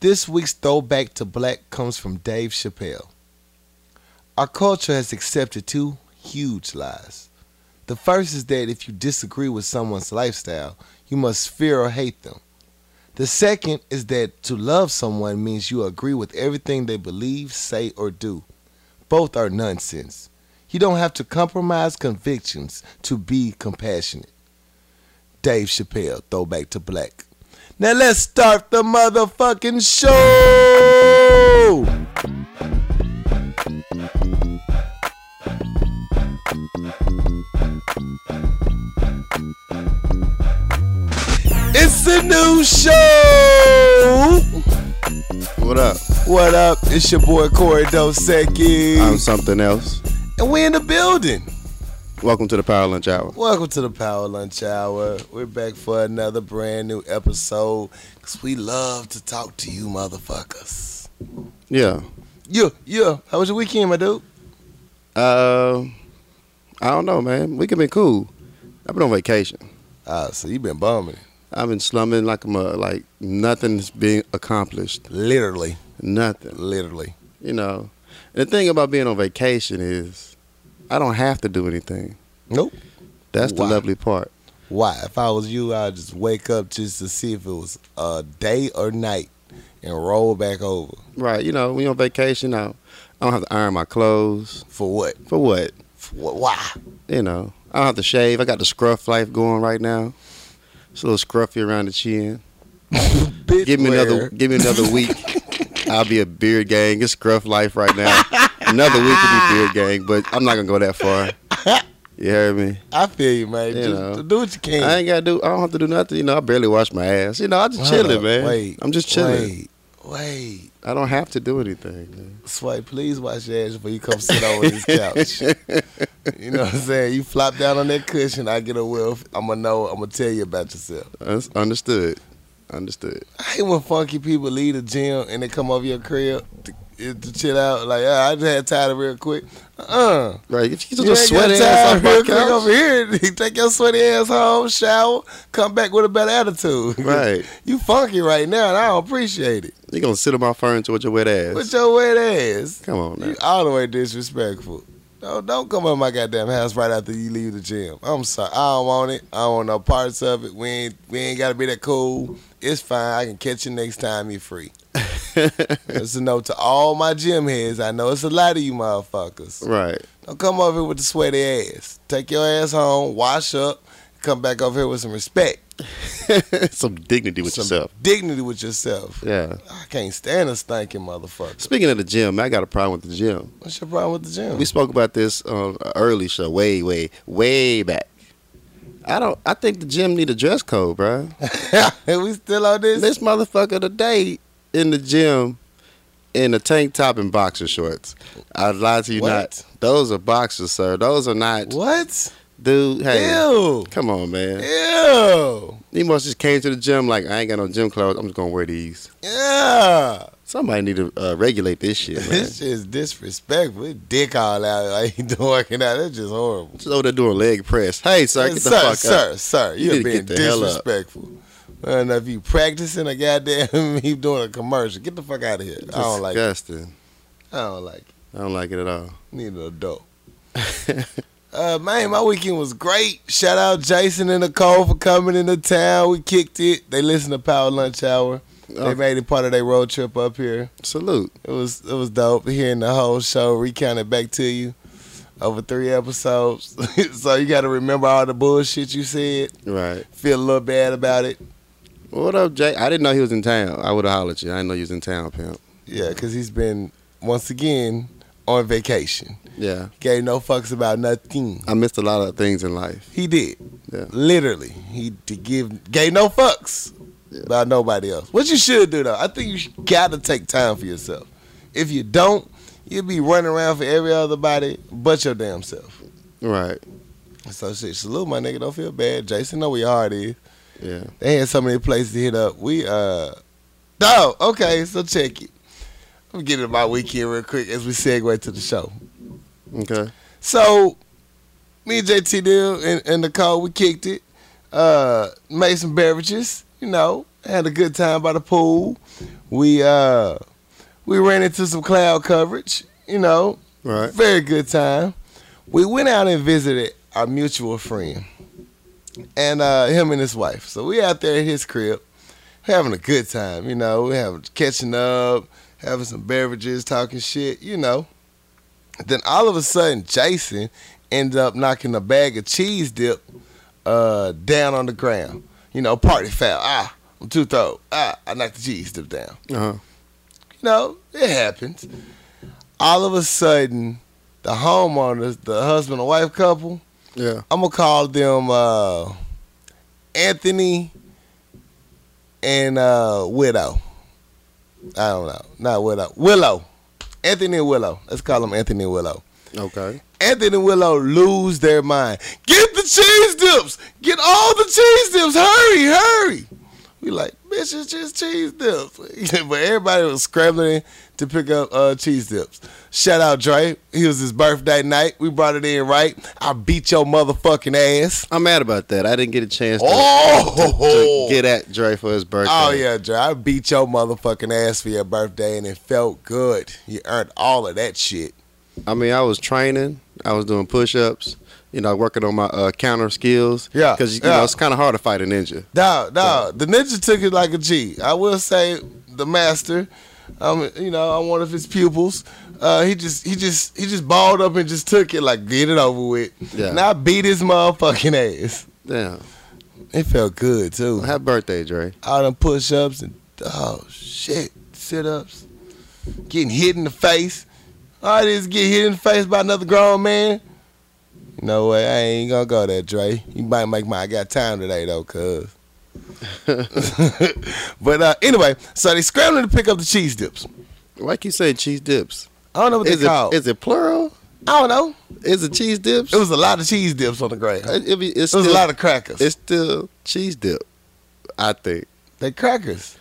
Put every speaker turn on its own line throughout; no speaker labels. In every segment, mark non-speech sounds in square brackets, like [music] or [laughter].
This week's throwback to black comes from Dave Chappelle. Our culture has accepted two huge lies. The first is that if you disagree with someone's lifestyle, you must fear or hate them. The second is that to love someone means you agree with everything they believe, say, or do. Both are nonsense. You don't have to compromise convictions to be compassionate. Dave Chappelle, Throwback to Black. Now let's start the motherfucking show! It's a new show!
What up?
What up? It's your boy Corey Dosecki.
I'm something else.
and we in the building.
Welcome to the Power Lunch Hour.
Welcome to the Power Lunch Hour. We're back for another brand new episode because we love to talk to you motherfuckers.
Yeah.
Yeah, yeah. How was your weekend, my dude?
Uh, I don't know, man. We can be cool. I've been on vacation.
Ah, so you been bumming.
I've been slumming like I'm a, like nothing's being accomplished.
Literally,
Nothing.
literally.
You know. And the thing about being on vacation is, I don't have to do anything.
Nope.
That's
Wow.
the lovely part.
Why? If I was you, I'd just wake up just to see if it was a day or night and roll back over.
Right. You know, when you're on vacation, I, I don't have to iron my clothes.
For what?
For what?
For what? Why?
you know, I don't have to shave. I got the scruff life going right now. It's a little scruffy around the chin.
Bitch,
Give me
where?
another give me another week. I'll be a beard gang. It's scruff life right now. another week to be beard gang, but I'm not gonna go that far. You heard me?
I feel you, man.
You
Just
know.
do what you can.
I ain't gotta do I don't have to do nothing. You know, I barely wash my ass. You know, I'm just
Hold
chilling,
up.
man.
Wait,
I'm just chilling.
Wait, wait.
I don't have to do anything, man.
Sway, please wash your ass before you come sit over this couch.
[laughs]
you know what I'm saying? You flop down on that cushion, I get a will. I'm gonna know. I'm gonna tell you about yourself.
That's understood. Understood.
I hate when funky people leave the gym and they come over your crib to, eh, to chill out. Like "Ah, I just had tired real quick. Uh,
Right. If you
you
just a
ain't got
sweaty ass
tired
off my
real quick
couch.
over here. [laughs] Take your sweaty ass home, shower, come back with a better attitude. [laughs]
Right.
you funky right now, and I don't appreciate it.
You're gonna sit on my furniture with your wet ass.
With your wet ass.
Come on now.
You all the way disrespectful. Don't, don't come in my goddamn house right after you leave the gym. I'm sorry. I don't want it. I don't want no parts of it. We ain't we ain't gotta be that cool. It's fine. I can catch you next time you're
[laughs]
free. That's a note to all my gym heads. I know it's a lot of you motherfuckers.
Right. [laughs]
Don't come over here with the sweaty ass. Take your ass home, wash up, come back over here with some respect.
some dignity with
some
yourself.
dignity with yourself.
Yeah.
I can't stand a stinking motherfucker.
Speaking of the gym, I got a problem with the gym.
What's your problem with the gym? [laughs]
We spoke about this on an early show, way, way, way back. I don't. I think the gym need a dress code, bro.
we still on this?
This motherfucker today in the gym in a tank top and boxer shorts. I lied to you
What?
not. Those are boxers, sir. Those are not.
What?
Dude, hey.
Ew.
Come on, man.
Ew.
He must just came to the gym like I ain't got no gym clothes. I'm just gonna wear these.
Yeah.
Somebody need to uh, regulate this shit,
[laughs]
man.
This is disrespectful. His Dick all out like [laughs] he doing working out. That's just horrible.
Just over there doing leg press. Hey, sir, get the
sir,
fuck
sir,
up.
sir,
You
you're
need to
being
get the hell up.
disrespectful. I don't know if you practicing a goddamn [laughs] he doing a commercial. Get the fuck out of here. I don't like it.
Disgusting.
I don't like it.
I don't like it at all.
Need an adult. Uh, man, my weekend was great. Shout out Jason and Nicole for coming into town. We kicked it. They listened to Power Lunch Hour. They
Okay.
made it part of their road trip up here.
Salute.
It was it was dope hearing the whole show recounted back to you over three episodes. [laughs] so you got to remember all the bullshit you said.
Right.
Feel a little bad about it.
What up, Jay? I didn't know he was in town. I would have hollered at you. I didn't know you was in town, pimp.
Yeah, because he's been once again on vacation.
Yeah.
Gave no fucks about nothing.
I missed a lot of things in life.
He did.
Yeah.
Literally, he d- give gave no fucks about nobody else. What you should do though, I think you sh- gotta take time for yourself. If you don't, you'll be running around for every other body but your damn self.
Right.
So shit, salute my nigga. Don't feel bad. Jason know where your heart is.
Yeah.
They had so many places to hit up. We uh Oh, okay, so check it. I'm getting my weekend real quick as we segue to the show.
Okay.
So me and JT Dill and, and Nicole, we kicked it. Uh made some beverages, you know, had a good time by the pool. We uh we ran into some cloud coverage, you know.
Right.
Very good time. We went out and visited our mutual friend. And uh him and his wife. So we out there at his crib having a good time, you know. We having catching up, having some beverages, talking shit, you know. Then all of a sudden Jason ended up knocking a bag of cheese dip uh down on the ground. You know, party foul. Ah, I'm too throw. Ah, I knocked the cheese dip down.
Uh-huh.
You know, it happens. All of a sudden, the homeowners, the husband and wife couple,
Yeah.
I'm gonna call them uh, Anthony and uh, Widow. I don't know, not Widow, Willow, Anthony and Willow. Let's call them Anthony and Willow.
Okay.
Anthony and Willow lose their mind. Get the cheese dips. Get all the cheese dips. Hurry, hurry. We like, bitch, it's just cheese dips. [laughs] but everybody was scrambling to pick up uh, cheese dips. Shout out Dre. He was his birthday night. We brought it in right. I beat your motherfucking ass.
I'm mad about that. I didn't get a chance to,
Oh,
to get at Dre for his birthday.
Oh yeah, Dre. I beat your motherfucking ass for your birthday, and it felt good. You earned all of that shit.
I mean, I was training. I was doing push-ups. You know, working on my uh, counter skills.
Yeah,
Because you
yeah.
know it's kind of hard to fight a ninja.
Dog, dog. The ninja took it like a G. I will say the master. Um, you know, I'm one of his pupils. Uh, he just, he just, he just balled up and just took it like get it over with.
Yeah.
And I beat his motherfucking ass.
Damn.
It felt good too.
Happy birthday, Dre.
All them push ups and oh shit, sit ups, getting hit in the face. All this get hit in the face by another grown man. No way, I ain't gonna go there, Dre. You might make my I got time today though,
[laughs]
cuz. [laughs] but uh, anyway, so they scrambling to pick up the cheese dips.
Why you say cheese dips?
I don't know what
Is
they
it,
called.
is it plural?
I don't know.
Is it cheese dips?
It was a lot of cheese dips on the ground. It
It- it be- it's
was
still,
a lot of crackers.
It's still cheese dip. I think.
they crackers.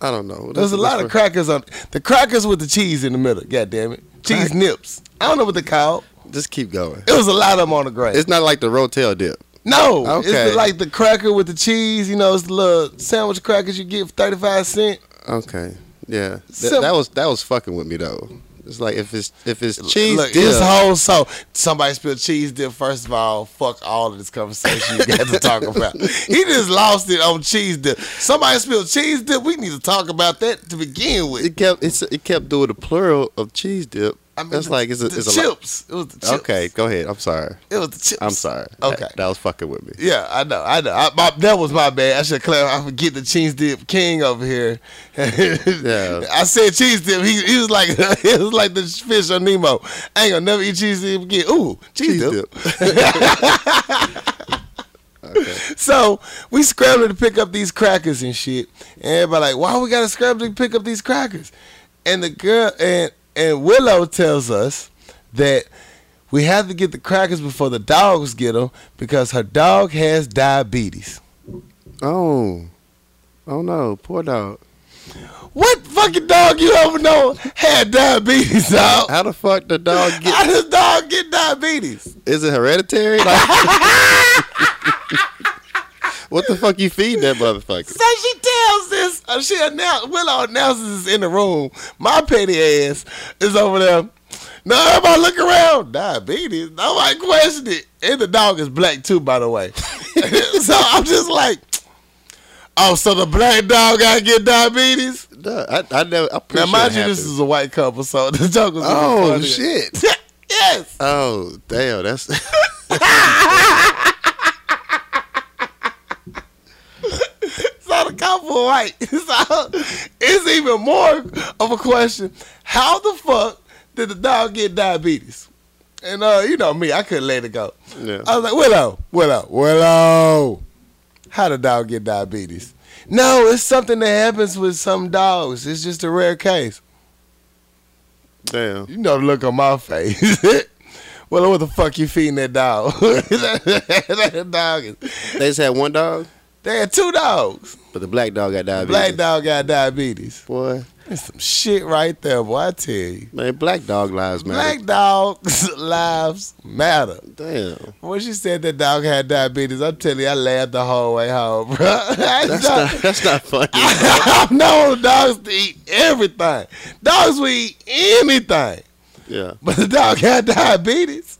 I don't know.
There's a lot of crackers on the crackers with the cheese in the middle. God damn it, cheese
Crack-
nips. I don't know what they called.
Just keep going.
It was a lot of them on the ground.
It's not like the Rotel dip.
no, it's
Okay.
the, like the cracker with the cheese. You know, it's the little sandwich crackers you get for thirty five cent.
Okay. Yeah. Th-
Sim-
that was that was fucking with me though. It's like if it's if it's cheese
Look,
dip.
this whole so somebody spilled cheese dip. First of all, fuck all of this conversation you got to talk
[laughs]
about. He just lost it on cheese dip. Somebody spilled cheese dip. We need to talk about that to begin with.
it kept it's, it kept doing the plural of cheese dip.
I mean,
That's
the-
like it's a,
the
it's a lot.
chips. It was the chips.
Okay, go ahead. I'm sorry.
it was the chips.
I'm sorry.
Okay.
That, that was fucking with me.
Yeah, I know, I know. I, my, that was my bad. I should clarify. I forget the cheese dip king over here. [laughs]
Yeah.
I said cheese dip. He, he was like [laughs] he was like the fish on Nemo. I ain't gonna never eat cheese dip again. Ooh, cheese,
Cheese
dip.
dip.
So we scrambling to pick up these crackers and shit. And everybody like, why we gotta scramble to pick up these crackers? And the girl and and Willow tells us that we have to get the crackers before the dogs get them because her dog has diabetes.
Oh. Oh no, poor dog.
What fucking dog you ever know had diabetes,
[laughs]
dog?
How the fuck the dog get
How does dog get diabetes?
Is it hereditary? Like- [laughs] what the fuck you feed that motherfucker?
So she tells this. Uh, she announce, Willow announces this in the room. My petty ass is over there. Now everybody look around. Diabetes. Nobody question it. And the dog is black too, by the way. [laughs] so I'm just like, oh, so the black dog gotta get diabetes?
No, I, I never. I'm pretty
Now
sure
mind
it
you, this
happened.
is a white couple, so [laughs] the joke was.
Oh
funny.
shit!
[laughs] yes.
Oh damn, that's [laughs]
So the couple are white. [laughs] So it's even more of a question. How the fuck did the dog get diabetes? And uh, you know me, I couldn't let it go.
yeah.
I was like, Willow, Willow, Willow. How the dog get diabetes? No, it's something that happens with some dogs. It's just a rare case.
damn.
You know the look on my face. [laughs] Willow, what the fuck you feeding that dog? [laughs] that dog is.
They just had one dog.
They had two dogs.
But the black dog got diabetes.
Black dog got diabetes.
Boy,
That's some shit right there, boy. I tell you.
man, black dog lives matter.
Black dogs' [laughs] lives matter.
Damn.
When she said that dog had diabetes, I'm telling you, I laughed the whole way home, bro. [laughs] I
That's
know-
not, that's not funny.
[laughs] I know dogs eat everything. Dogs will eat anything.
Yeah.
But the dog had diabetes.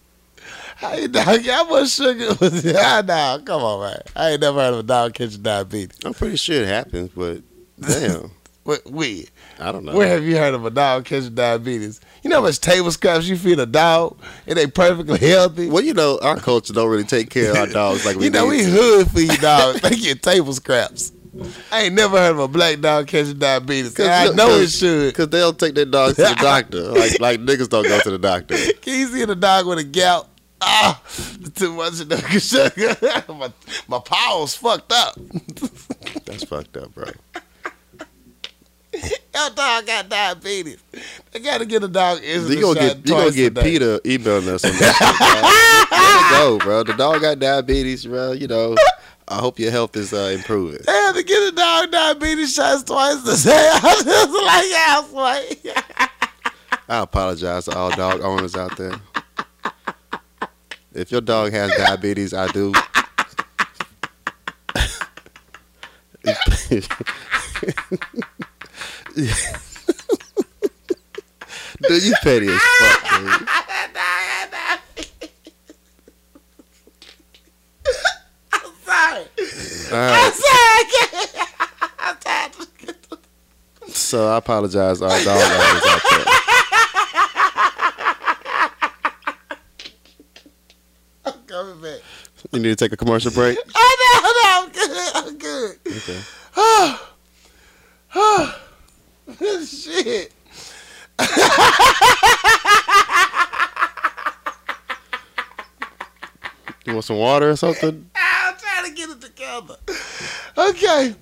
How you dog? How much sugar was it? [laughs] Ah, nah, come on, man. I ain't never heard of a dog catching diabetes.
I'm pretty sure it happens, [laughs] but damn.
Wait, wait.
I don't know.
Where have you heard of a dog catching diabetes? You know how much table scraps you feed a dog and they perfectly healthy?
Well, you know, our culture don't really take care of our dogs like we
you know,
need
we
to.
hood feed
[laughs]
dogs. they get table scraps. I ain't never heard of a black dog catching diabeles.
Cause
I
look,
know it
cause-
should.
Cause they'll take their
[laughs]
dogs to the doctor. Like like niggas don't go to the doctor.
Can you see the dog with a gout? Ah, too much of the [laughs] sugar. my, my powers fucked up.
That's fucked up, bro.
Your dog got diabetes. They gotta get a dog insulin
You gonna
shot
get you gonna
twice a
get
day.
Peter emailing us on that shit, bro. Let it go, bro. The dog got diabetes, bro. You know, I hope your health is uh, improving.
They had to get a dog diabetes shots twice a day. [laughs] I was just like, yeah, I
I apologize to all dog owners out there. If your dog has diabetes, I do. [laughs] Dude, you petty as fuck, dude.
sorry.
All right,
I'm sorry. I can't. I'm tired.
so I apologize to all dog owners out there.
I'm coming back.
You need to take a commercial break.
Oh no, no, I'm good. I'm good.
Okay.
Shit.
You want some water or something?
I'm trying to get it together. Okay.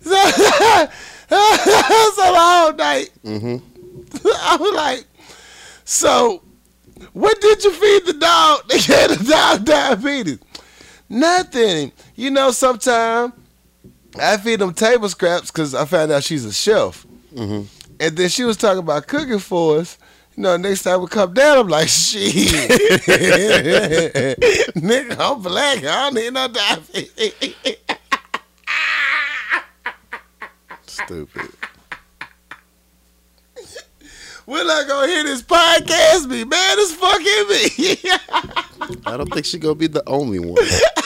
So, so the whole night,
Mm-hmm.
I was like, so what did you feed the dog They had the dog diabetes? Nothing. You know, sometimes I feed them table scraps because I found out she's a chef.
Mm-hmm.
And then she was talking about cooking for us. You know, next time we come down, I'm like, shit. [laughs] Nigga, I'm black. I don't need no diabetes.
Stupid.
We're not gonna hear this podcast me, man. It's fucking me. [laughs]
I don't think she gonna be the only one.
the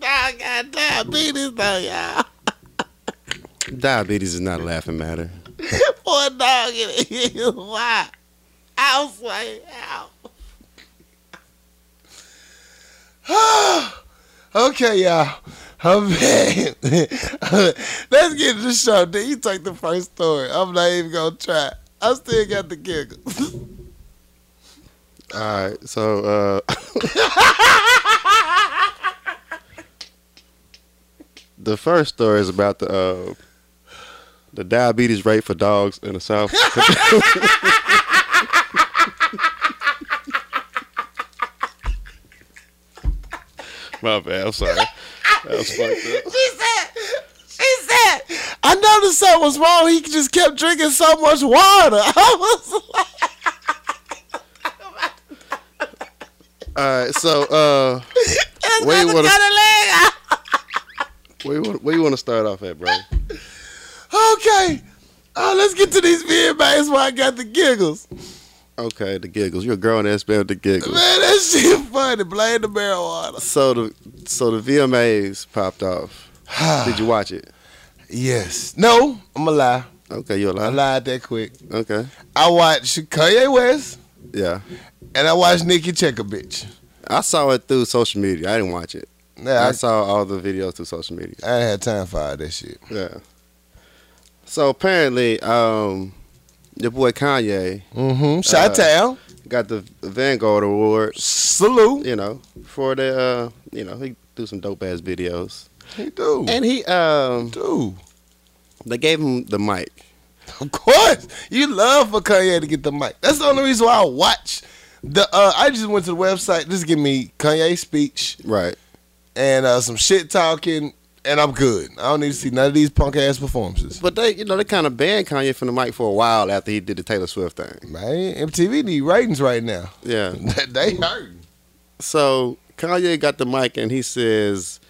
dog got diabetes though, y'all.
Diabetes is not a laughing matter.
[laughs] Poor dog in his [laughs] why. I was like, ow. [sighs] okay, y'all. I'm [laughs] back. Let's get to the show. Then you take the first story. I'm not even gonna try. I still got the giggles. [laughs]
All right, so uh, [laughs] the first story is about the uh, the diabetes rate for dogs in the South. [laughs] My bad. I'm sorry. That was fucked up.
She said, she said, I noticed something was wrong. He just kept drinking so much water. [laughs] I was like,
All right, so uh,
that's
Where you
gonna cut
wanna-
a leg out.
where you want, where you want to start off at, bro?
Okay. Uh, let's get to these VMAs where I got the giggles.
Okay, the giggles. You're a grown ass man with the giggles.
Man, that [laughs] shit funny. Blame the marijuana.
So the so the VMAs popped [sighs] off. Did you watch it?
Yes. No, I'm going to lie.
Okay, you
I
alive?
lied that quick.
Okay,
I watched Kanye West
yeah.
and I watched Nicki Checker, bitch.
I saw it through social media. I didn't watch it.
Yeah,
I saw all the videos through social media.
I, I ain't had time for all that shit.
Yeah. So apparently, um, your boy Kanye
Mm-hmm. Chi-Town.
got the Vanguard Award.
Salute.
You know, for the uh, you know he do some dope ass videos,
He do.
and he um
do.
they gave him the mic.
Of course, you love for Kanye to get the mic. That's the only reason why I watch the. Uh, I just went to the website. Just give me Kanye speech,
Right.
and uh, some shit talking, and I'm good. I don't need to see none of these punk ass performances.
But they, you know, they kind of banned Kanye from the mic for a while after he did the Taylor Swift thing.
Man, MTV need ratings right now. [laughs]
Yeah.
they hurt.
So Kanye got the mic and he says,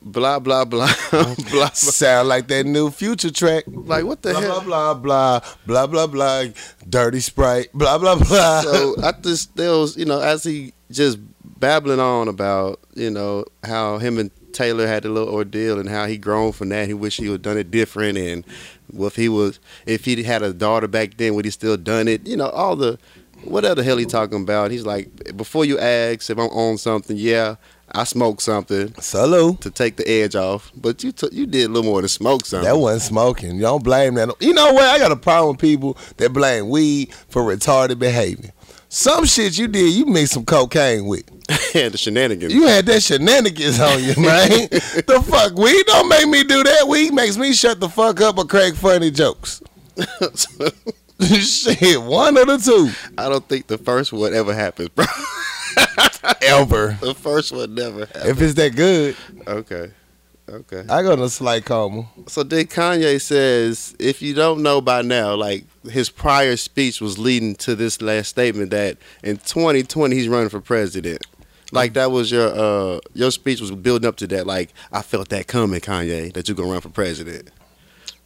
blah blah blah [laughs] blah. blah.
Sound like that new future track.
Like what the
Blah [laughs]
hell?
blah blah blah blah blah blah. Dirty Sprite. Blah blah blah.
so I just there was, you know, as he just babbling on about, you know, how him and Taylor had a little ordeal and how he grown from that. He wish he would have done it different and well, if he was if he had a daughter back then, would he still done it? You know, all the whatever the hell he talking about. He's like, before you ask if I'm on something, yeah, I smoked something
Solo.
to take the edge off, but you took you did a little more than smoke something. [laughs]
That wasn't smoking. You don't blame that. You know what? I got a problem with people that blame weed for retarded behavior. Some shit you did, you mixed some cocaine with.
and the shenanigans.
You had that shenanigans on you, man. the fuck? Weed don't make me do that. Weed makes me shut the fuck up or crack funny jokes. [laughs] shit, one of the two.
[laughs] I don't think the first one ever happens, bro.
Ever.
The first one never happened.
If it's that good,
Okay. Okay.
I go to slight coma.
So then Kanye says, if you don't know by now, like his prior speech was leading to this last statement that in 2020 he's running for president. Like that was your uh your speech was building up to that. Like I felt that coming, Kanye, that you're gonna run for president.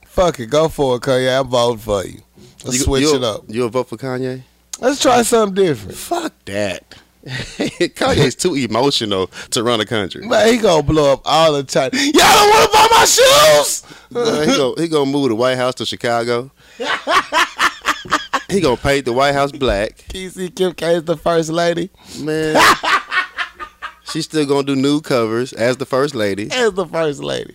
Fuck it, go for it, Kanye. I'm voting for you. Let's
You-
switch
you'll-
it up.
You'll vote for Kanye?
Let's try something different.
Fuck that. [laughs] Kanye's too emotional to run a country.
Man, he gonna blow up all the time. Y'all don't wanna buy my shoes?
Uh, he gonna he gonna move the White House to Chicago. he gonna paint the White House black,
TC Kim K is the first lady.
man. [laughs] She's still gonna do nude covers as the first lady.
Is the first lady.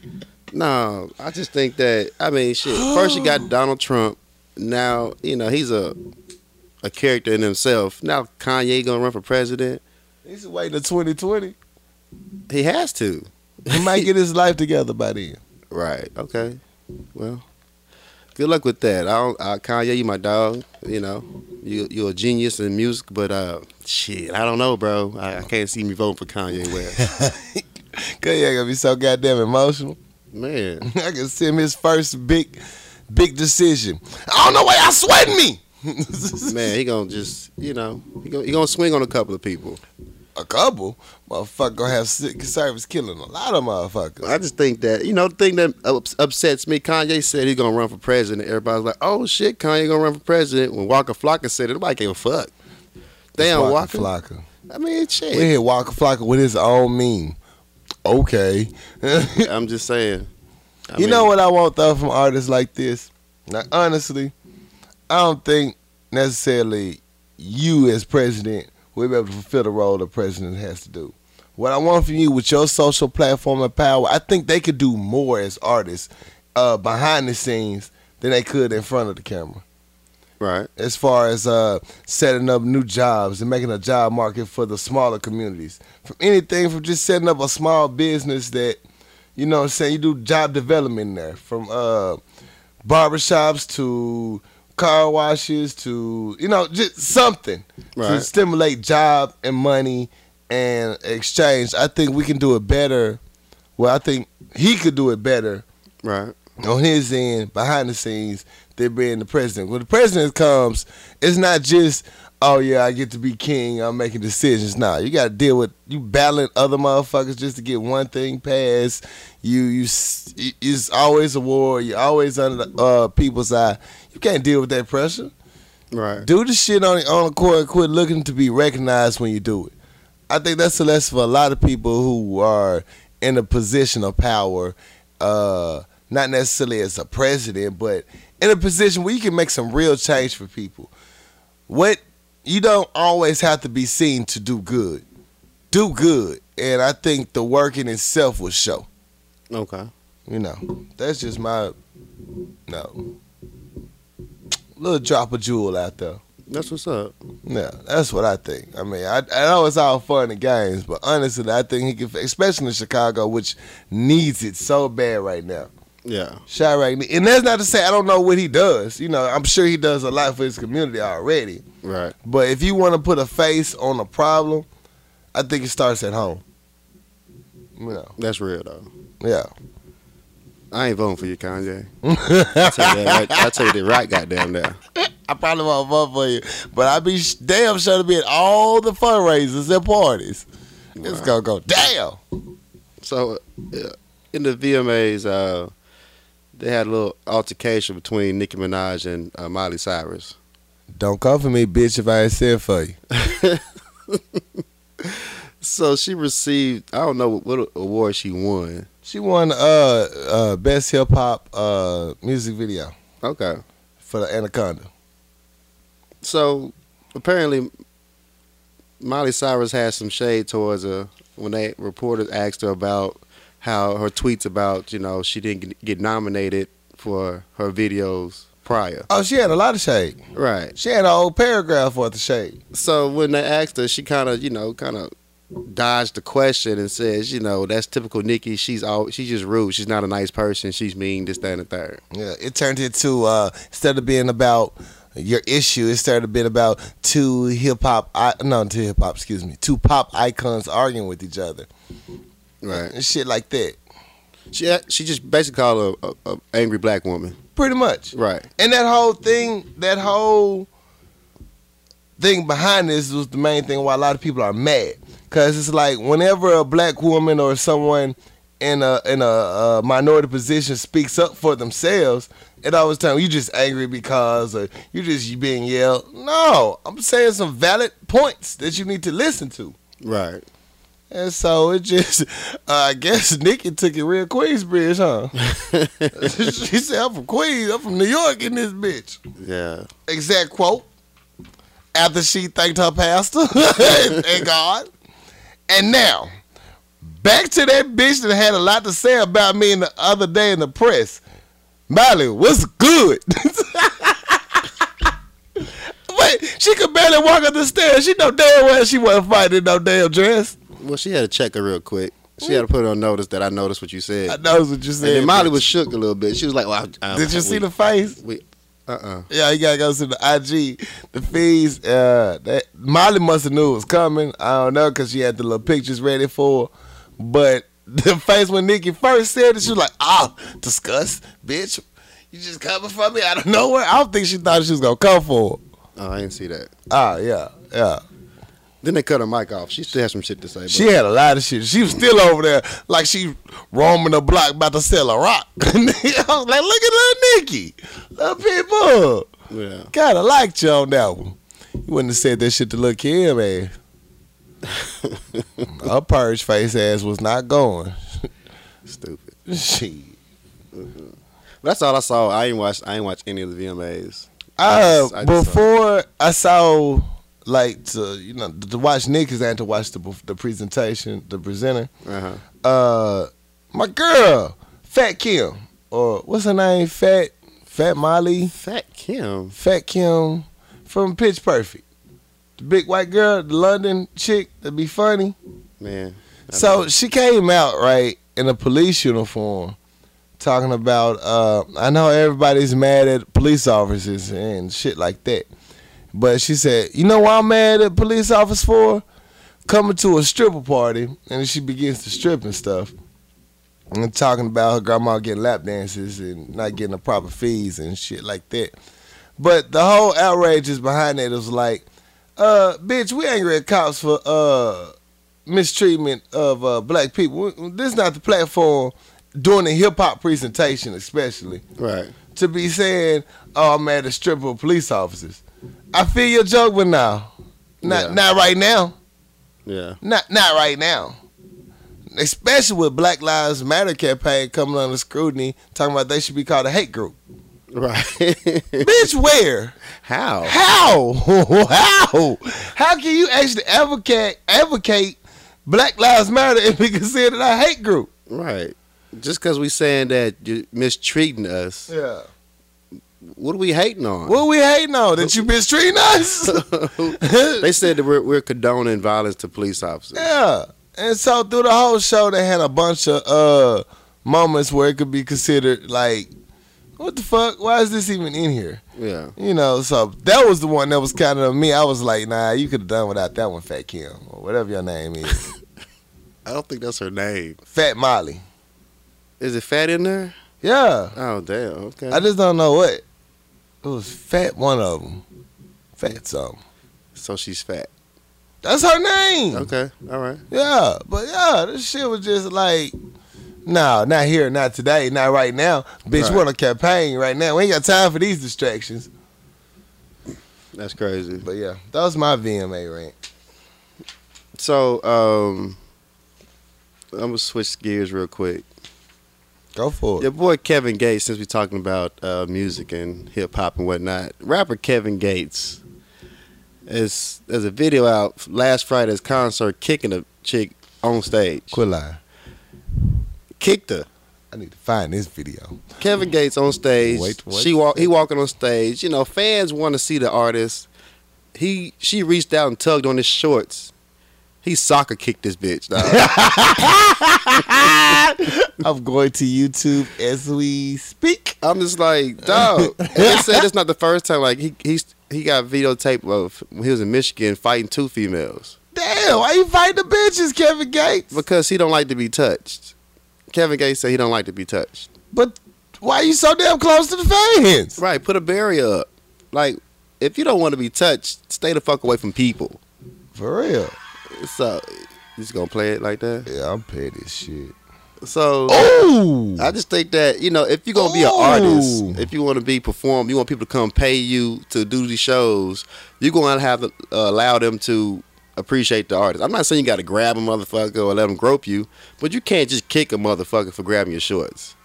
No, I just think that I mean, shit. First you got Donald Trump. Now you know he's a a character in himself. Now Kanye gonna run for president.
He's waiting to 2020.
He has to.
He
[laughs]
might get his life together by then.
Right. Okay. Well, good luck with that. I don't, I, Kanye, you my dog. You know, you you a genius in music, but uh, shit, I don't know, bro. I, I can't see me voting for
[laughs]
Kanye West.
Kanye gonna be so goddamn emotional. [laughs]
Man,
I can see him his first big, big decision. I don't know why y'all sweating me. [laughs]
man, he gonna just you know he gonna, he gonna swing on a couple of people.
A couple motherfucker gonna have Secret Service killing a lot of motherfuckers.
I just think that you know the thing that ups- upsets me. Kanye said he's gonna run for president. Everybody's like, oh shit, Kanye gonna run for president. When Walker Flocka said it, nobody gave a fuck. Damn, Walker.
Flocka.
I mean, shit.
[laughs] We hit Walker Flocka with his own meme. Okay.
I'm just saying. I
you
mean,
know what I want though from artists like this? Now, honestly, I don't think necessarily you as president will be able to fulfill the role the president has to do. What I want from you with your social platform and power, I think they could do more as artists uh, behind the scenes than they could in front of the camera.
Right.
As far as uh, setting up new jobs and making a job market for the smaller communities, from anything from just setting up a small business that you know what I'm saying? You do job development in there from uh barbershops to car washes to you know just something to
Right.
stimulate job and money and exchange. I think we can do it better. Well, I think he could do it better
Right.
on his end behind the scenes than being the president. When the president comes, it's not just oh yeah, I get to be king. I'm making decisions. Nah, you got to deal with you battling other motherfuckers just to get one thing passed. You you s- it- it's always a war. You're always under the, uh, people's eye. You can't deal with that pressure.
Right.
Do the shit on the, on the court and quit looking to be recognized when you do it. I think that's a lesson for a lot of people who are in a position of power, uh, not necessarily as a president, but in a position where you can make some real change for people. What you don't always have to be seen to do good. Do good, and I think the work in itself will show.
Okay.
You know, that's just my no little drop of jewel out there.
That's what's up.
Yeah, that's what I think. I mean, I, I know it's all fun and games, but honestly, I think he can, especially in Chicago, which needs it so bad right now.
Yeah.
Chirac, and that's not to say I don't know what he does. You know, I'm sure he does a lot for his community already.
Right.
But if you want to put a face on a problem, I think it starts at home. You know,
That's real though.
yeah.
I ain't voting for you, Kanye. I tell you that right, I tell you that right goddamn now.
I probably won't vote for you, but I be sh- damn sure to be at all the fundraisers and parties. It's gonna go damn.
So uh, in the VMAs, uh, they had a little altercation between Nicki Minaj and uh, Miley Cyrus.
Don't call for me, bitch, if I ain't said for you.
So she received I don't know what award she won.
She won uh uh best hip hop uh music video
Okay.
for the Anaconda.
So apparently, Miley Cyrus had some shade towards her when they reporters asked her about how her tweets about you know she didn't get nominated for her videos prior.
Oh, she had a lot of shade.
Right.
She had a whole paragraph worth of shade.
So when they asked her, she kind of you know kind of dodged the question and says you know that's typical Nikki. She's all she's just rude. She's not a nice person. She's mean. This that, and the third.
Yeah, it turned into uh instead of being about your issue, it started being about two hip hop I no two hip hop, excuse me, two pop icons arguing with each other.
Right.
And shit like that.
She she just basically called her a, a, a angry black woman.
Pretty much.
Right.
And that whole thing, that whole thing behind this was the main thing why a lot of people are mad. Cause it's like whenever a black woman or someone in a in a, uh minority position speaks up for themselves, it always tells you just angry because or you just you being yelled. No, I'm saying some valid points that you need to listen to.
Right.
And so it just, uh, I guess Nikki took it real Queensbridge, huh? [laughs] she said, "I'm from Queens. I'm from New York in this bitch."
Yeah.
exact quote after she thanked her pastor [laughs] and God. And now, back to that bitch that had a lot to say about me in the other day in the press. Miley, what's good? [laughs] Wait, she could barely walk up the stairs. She know damn well she wasn't fighting no damn dress.
Well, she had to check her real quick. She had to put it on notice that I noticed what you said.
I knows what you
and
said.
then Molly
bitch.
was shook a little bit. She was like, "Well, I, I,
Did you see the face?
We, uh-uh.
Yeah, you gotta go to the IG. The fees, uh, that Molly must have knew it was coming. I don't know because she had the little pictures ready for. her. But [laughs] the face when Nikki first said it, she was like, "Ah, disgust, bitch. You just coming for me out of nowhere." I don't think she thought she was gonna come for. Her.
Oh, I didn't see that.
Ah, yeah, yeah.
Then they cut her mic off. She still has some shit to say. But
She had a lot of shit. She was still over there like she roaming the block about to sell a rock. [laughs] I was like, "Look at little Nikki, little people."
yeah.
Kinda liked you on that one. You wouldn't have said that shit to look Kim man. [laughs] Her purge face ass was not going.
Stupid.
She.
That's all I saw. I ain't watched. I ain't watched any of the VMAs.
Uh,
just- I just saw-
before I saw, like, to, you know, to watch niggas and to watch the the presentation, the presenter.
Uh huh.
Uh, my girl, Fat Kim, or what's her name? Fat Fat Molly,
Fat Kim.
Fat Kim from Pitch Perfect. The big white girl, the London chick that be funny.
Man. I
So she came out right in a police uniform, talking about. Uh, I know everybody's mad at police officers and shit like that, but she said, "You know why I'm mad at police officers for coming to a stripper party?" And she begins to strip and stuff, and talking about her grandma getting lap dances and not getting the proper fees and shit like that. But the whole outrage is behind that is like, uh, bitch, we angry at cops for uh mistreatment of uh, black people. This is not the platform during the hip hop presentation, especially
Right.
to be saying, "Oh, I'm at a strip of police officers." I feel your joke, but now, not
Yeah.
not right now,
Yeah.
not not right now. Especially with Black Lives Matter campaign coming under scrutiny, talking about they should be called a hate group. [laughs]
Right. [laughs]
Bitch, where?
How?
How? [laughs] How? How can you actually advocate advocate Black Lives Matter and be considered a hate group?
Right. Just because we saying that you're mistreating us,
Yeah.
what are we hating on?
What we hating on? That you mistreating us?
[laughs] they said that we're, we're condoning violence to police officers.
yeah. And so through the whole show, they had a bunch of uh moments where it could be considered like, what the fuck? Why is this even in here?
Yeah.
You know, so that was the one that was kind of me. I was like, nah, you could have done without that one, Fat Kim, or whatever your name is.
I don't think that's her name.
Fat Molly.
Is it fat in there?
Yeah.
Oh damn. Okay.
I just don't know what. It was Fat one of them. Fat something.
so she's fat.
That's her name.
Okay. All right.
Yeah, but yeah, this shit was just like, no, not here, not today, not right now. Bitch,
Right.
we're on a campaign right now. We ain't got time for these distractions.
That's crazy.
But yeah, that was my VMA rant.
So um, I'm gonna switch gears real quick.
Go for it.
Your boy Kevin Gates, since we're talking about uh, music and hip hop and whatnot, rapper Kevin Gates is there's a video out last Friday's concert kicking a chick on stage.
Quit lying.
Kicked her.
I need to find this video.
Kevin Gates on stage.
Wait, wait.
She walk. He walking on stage. You know, fans want to see the artist. He she reached out and tugged on his shorts. He soccer kicked this
[laughs]
bitch. dog.
I'm going to YouTube as we speak.
I'm just like, dog. And they said it's not the first time. Like he he's he got videotape of when he was in Michigan fighting two females
Damn, why you fighting the bitches, Kevin Gates?
because he don't like to be touched. Kevin Gates said he don't like to be touched.
But why you so damn close to the fans?
Right, put a barrier up. Like if you don't want to be touched, stay the fuck away from people.
For real.
So you just gonna play it like that.
Yeah, I'm petty as shit.
So
Ooh!
I just think that you know if you're gonna be an artist,
Ooh.
if you want to be perform, you want people to come pay you to do these shows, you're gonna have to uh, allow them to appreciate the artist. I'm not saying you gotta grab a motherfucker or let them grope you, but you can't just kick a motherfucker for grabbing your shorts.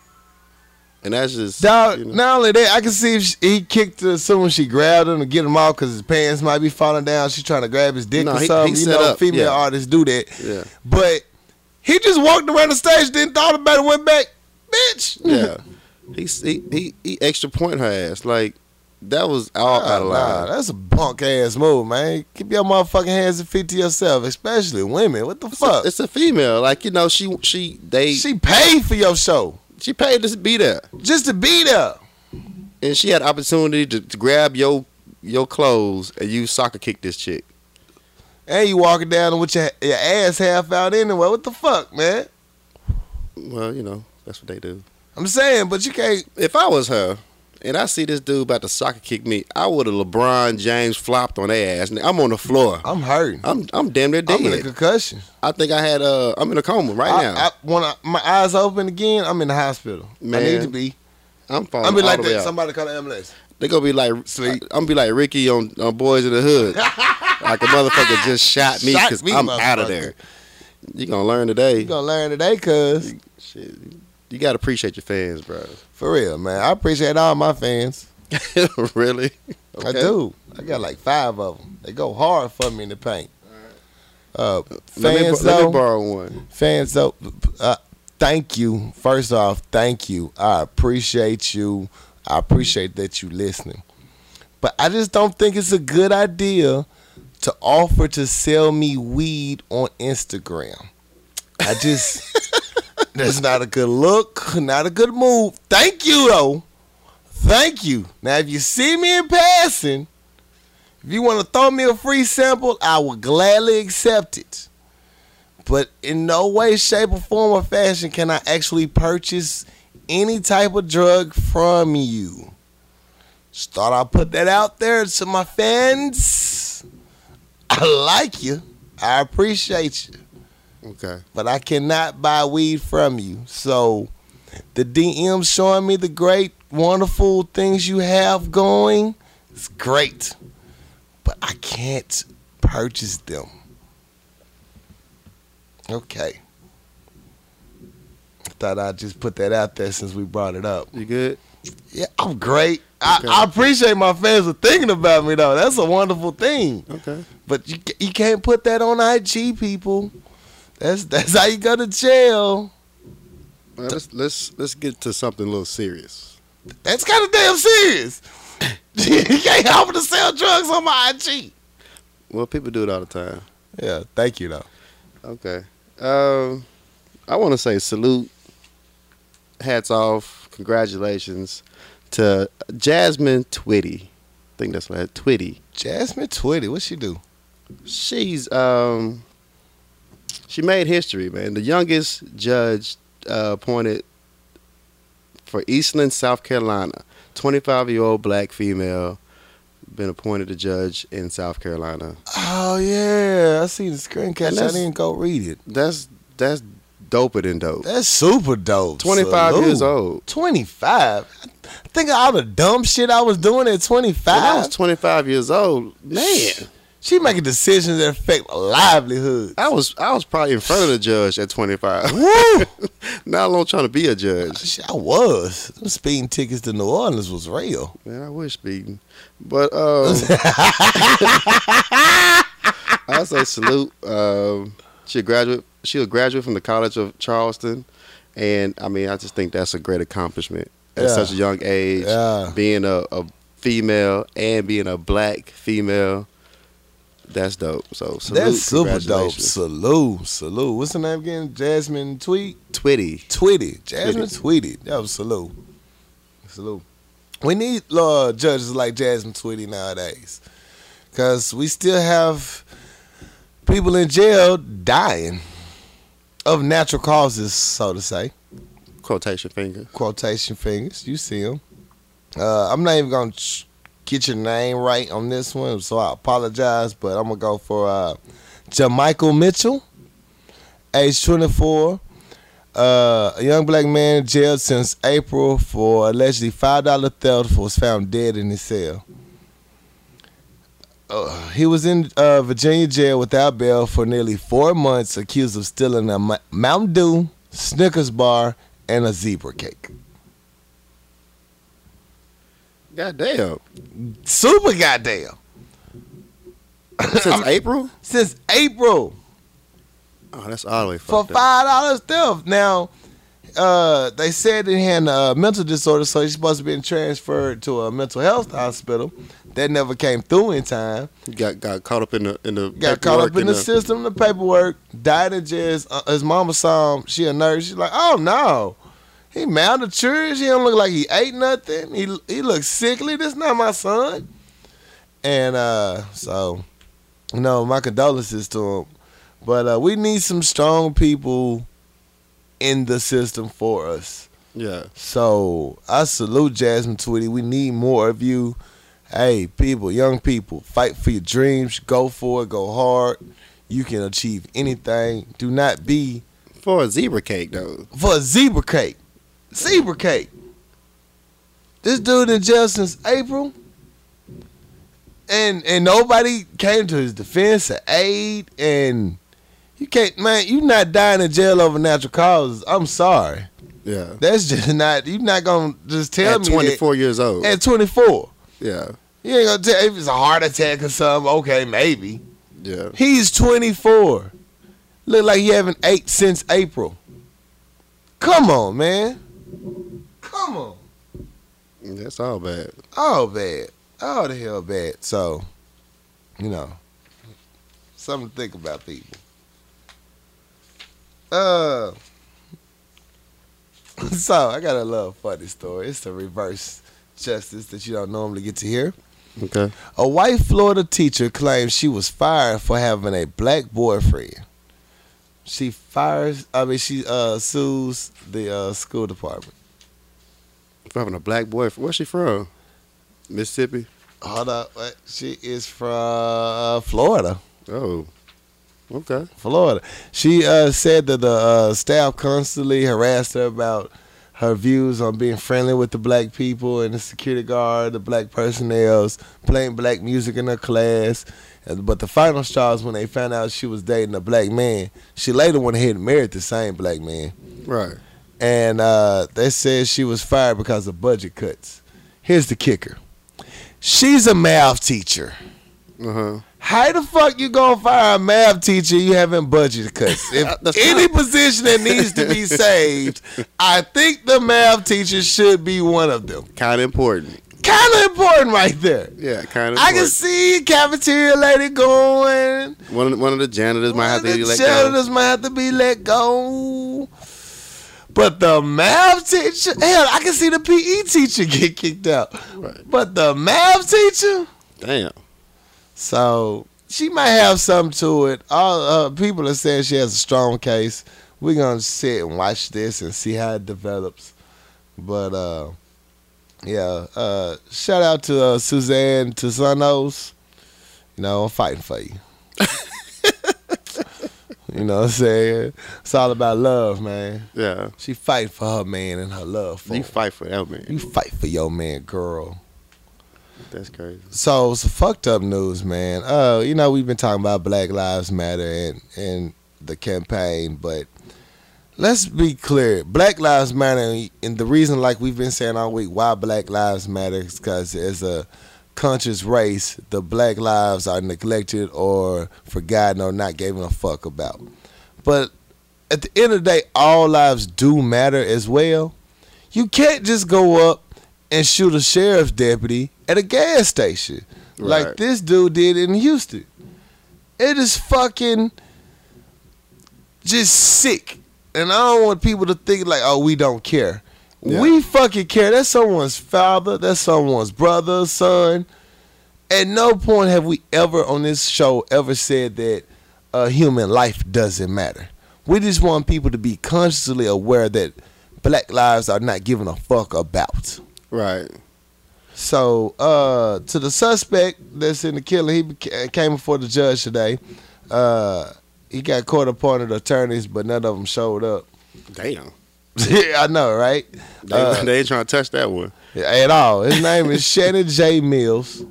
And that's just
Dog, [laughs]
you know.
not only that, I can see if she, he kicked her as soon as she grabbed him to get him off because his pants might be falling down. She's trying to grab his dick
No,
or
he- he
something. you
set
know,
up,
female
yeah.
artists do that.
Yeah.
But he just walked around the stage, didn't thought about it, went back, bitch.
yeah, he he he, he extra point her ass like that was
[laughs]
all
Nah,
out of line.
Ah, nah, that's a punk ass move, man. Keep your motherfucking hands and feet to yourself, especially women. What the
It's a,
fuck?
it's a female, like you know she she they she,
she paid for your show
she paid to be there.
just to be there.
and she had opportunity to, to grab your your clothes and you soccer kick this chick.
And you walking down with your, your ass half out anyway. What the fuck, man?
Well, you know that's what they do.
I'm saying, but you can't.
If I was her and I see this dude about to soccer kick me, I would have LeBron James flopped on their ass. I'm on the floor.
I'm hurting.
I'm I'm damn near
I'm in a
dead.
concussion.
I think I had uh I'm in a coma right
I,
now.
I, when I, my eyes open again, I'm in the hospital. I need
Man,
to be.
I, am falling.
I'm be like
all the way
that.
out.
Somebody call the ambulance.
They gonna be like
Sleep.
I, am be like Ricky on, on Boys in
[laughs]
the Hood. like a motherfucker just shot me
Shot
because
me,
I'm out
motherfucker.
of there. You gonna learn today.
You gonna learn today, cuz
Shit, you gotta appreciate your fans, bro.
for real, man. I appreciate all my fans.
[laughs] really?
I
Okay.
do. I got like five of them. They go hard for me in the paint. Uh,
Let me,
fans
bo- let
though,
me borrow one.
fans though. Uh, thank you. First off, thank you. I appreciate you. I appreciate that you listening. But I just don't think it's a good idea to offer to sell me weed on Instagram. I just that's not a good look, not a good move. Thank you though. Thank you. Now if you see me in passing, if you want to throw me a free sample, I will gladly accept it. But in no way, shape, or form or fashion can I actually purchase any type of drug from you. Just thought I'd put that out there to my fans. I like you. I appreciate you.
Okay.
But I cannot buy weed from you. So the DM showing me the great, wonderful things you have going. It's great. But I can't purchase them. Okay. I thought I'd just put that out there since we brought it up.
You good?
Yeah, I'm great. I,
Okay.
I appreciate my fans for thinking about me though. That's a wonderful thing.
Okay.
But you ca- you can't put that on IG people. That's that's how you go to jail.
Well, let's let's let's get to something a little serious.
That's kind of damn serious. [laughs] you can't offer to sell drugs on my IG.
Well, people do it all the time.
Yeah, thank you though.
Okay. Um, I want to say salute, hats off, congratulations to Jasmine Twitty. I think that's what I Twitty.
Jasmine Twitty, what she do?
She's um, she made history, man. The youngest judge uh, appointed for Eastland, South Carolina, 25 year old black female, been appointed a judge in South Carolina.
Oh yeah, I seen the screen catch. I
that's-
didn't go read it.
That's that's doper than dope.
That's super dope.
25
Salute.
years old.
25. I think of all the dumb shit I was doing at
When I
25.
was 25 years old, man,
She making decisions that affect my livelihood.
I was I was probably in front of the judge at 25. [laughs]
Woo!
Not long trying to be a judge.
Shit, I was. Them speeding tickets to New Orleans was real.
Man, I wish beating, but um,
[laughs]
I say salute. Um, she a graduate. She a graduate from the College of Charleston, and I mean, I just think that's a great accomplishment at
Yeah.
such a young age.
Yeah.
Being a, a female and being a black female, that's dope. So salute.
That's super dope.
congratulations.
Salute, salute. What's her name again? Jasmine Tweet?
Twitty.
Tweety. Jasmine Tweety. That was salute. Salute. We need uh, judges like Jasmine Tweety nowadays. Because we still have people in jail dying of natural causes, so to say.
Quotation finger.
quotation fingers. You see them. Uh, I'm not even gonna ch- get your name right on this one, so I apologize. But I'm gonna go for uh, Jamichael Mitchell, age 24, uh, a young black man in jail since April for allegedly five dollar theft. Was found dead in his cell. Uh, he was in uh, Virginia jail without bail for nearly four months, accused of stealing a Mo- Mountain Dew, Snickers bar, and a zebra cake.
Goddamn.
Super goddamn.
Since April.
Since April
Oh, that's all the way
for
fucked up.
five dollars theft. Now, uh, they said that he had a mental disorder, so he's supposed to be transferred to a mental health hospital. That never came through in time.
Got got caught up in the in the
Got caught
paperwork
up in
and uh,
the system, the paperwork. Died in jail. His- uh, His mama saw him. She a nurse. She's like, oh no. He malnourished. He don't look like he ate nothing. He he looks sickly. This not my son. And uh, so, you know, my condolences to him. But uh, we need some strong people in the system for us.
Yeah.
So I salute Jasmine Tweety. We need more of you. Hey, people, young people, fight for your dreams. Go for it. Go hard. You can achieve anything. Do not be
For a zebra cake though.
for a zebra cake. Zebra cake. This dude in jail since April. And and nobody came to his defense or aid. And you can't, man. You not dying in jail over natural causes. I'm sorry.
Yeah.
That's just [laughs] not. You're not gonna just tell
at
me
24 years old.
That, at 24,
yeah.
you ain't gonna tell if it's a heart attack or something. Okay, maybe
Yeah.
he's 24. Look like he haven't ate since April. Come on, man. Come on.
That's all bad.
All bad. All the hell bad. So, you know, something to think about, people. Uh, [laughs] so I got a little funny story. It's the reverse justice that you don't normally get to hear.
Okay.
A white Florida teacher claims she was fired for having a black boyfriend. She fires. I mean, she uh, sues the uh, school department.
For having a black boyfriend. Where's she from? Mississippi.
Hold up, wait. she is from Florida.
Oh. Okay.
Florida. She uh, said that the uh, staff constantly harassed her about her views on being friendly with the black people and the security guard, the black personnel's playing black music in her class. And- But the final straw is when they found out she was dating a black man. She later went ahead and married the same black man
Right.
and uh, they said she was fired because of budget cuts. Here's the kicker: she's a math teacher.
Uh-huh.
How the fuck you gonna fire a math teacher? You having budget cuts.
[laughs]
If
That's
any position that needs to be saved, I think the math teacher should be one of them.
Kind of important.
Kind of important, right there.
Yeah, kind of
I can see cafeteria lady going.
one, of, one of the janitors might have to
Well,
be
the
let go.
Janitors might have to be let go. But the math teacher, hell, I can see the PE teacher [laughs] get kicked out.
Right.
But the math teacher,
Damn.
so she might have something to it. All uh, people are saying she has a strong case. We're gonna sit and watch this and see how it develops. But uh, yeah, uh, shout out to uh, Suzanne Tusanos. You know, I'm fighting for you. [laughs] you know what I'm saying? It's all about love, man.
Yeah.
She fight for her man and her love for
You
him.
fight for that man.
You fight for your man, girl.
That's crazy.
So it's fucked up news, man. Uh, you know we've been talking about Black Lives Matter and and the campaign, but let's be clear: Black Lives Matter, and the reason, like we've been saying all week, why Black Lives Matter is because as a conscious race, the Black lives are neglected or forgotten or not given a fuck about. But at the end of the day, all lives do matter as well. You can't just go up and shoot a sheriff's deputy at a gas station like
Right.
this dude did in Houston. It is fucking just sick. And I don't want people to think like, oh, we don't care.
Yeah.
We fucking care. That's someone's father, that's someone's brother, son. At no point have we ever on this show ever said that uh, human life doesn't matter. We just want people to be consciously aware that black lives are not given a fuck about.
Right.
So, uh, to the suspect that's in the killing, he beca- came before the judge today. Uh, he got court appointed attorneys, but none of them showed up.
Damn.
[laughs] yeah, I know, right?
They, [laughs] they ain't trying to touch that one.
At all. His name is Shannon J. Mills.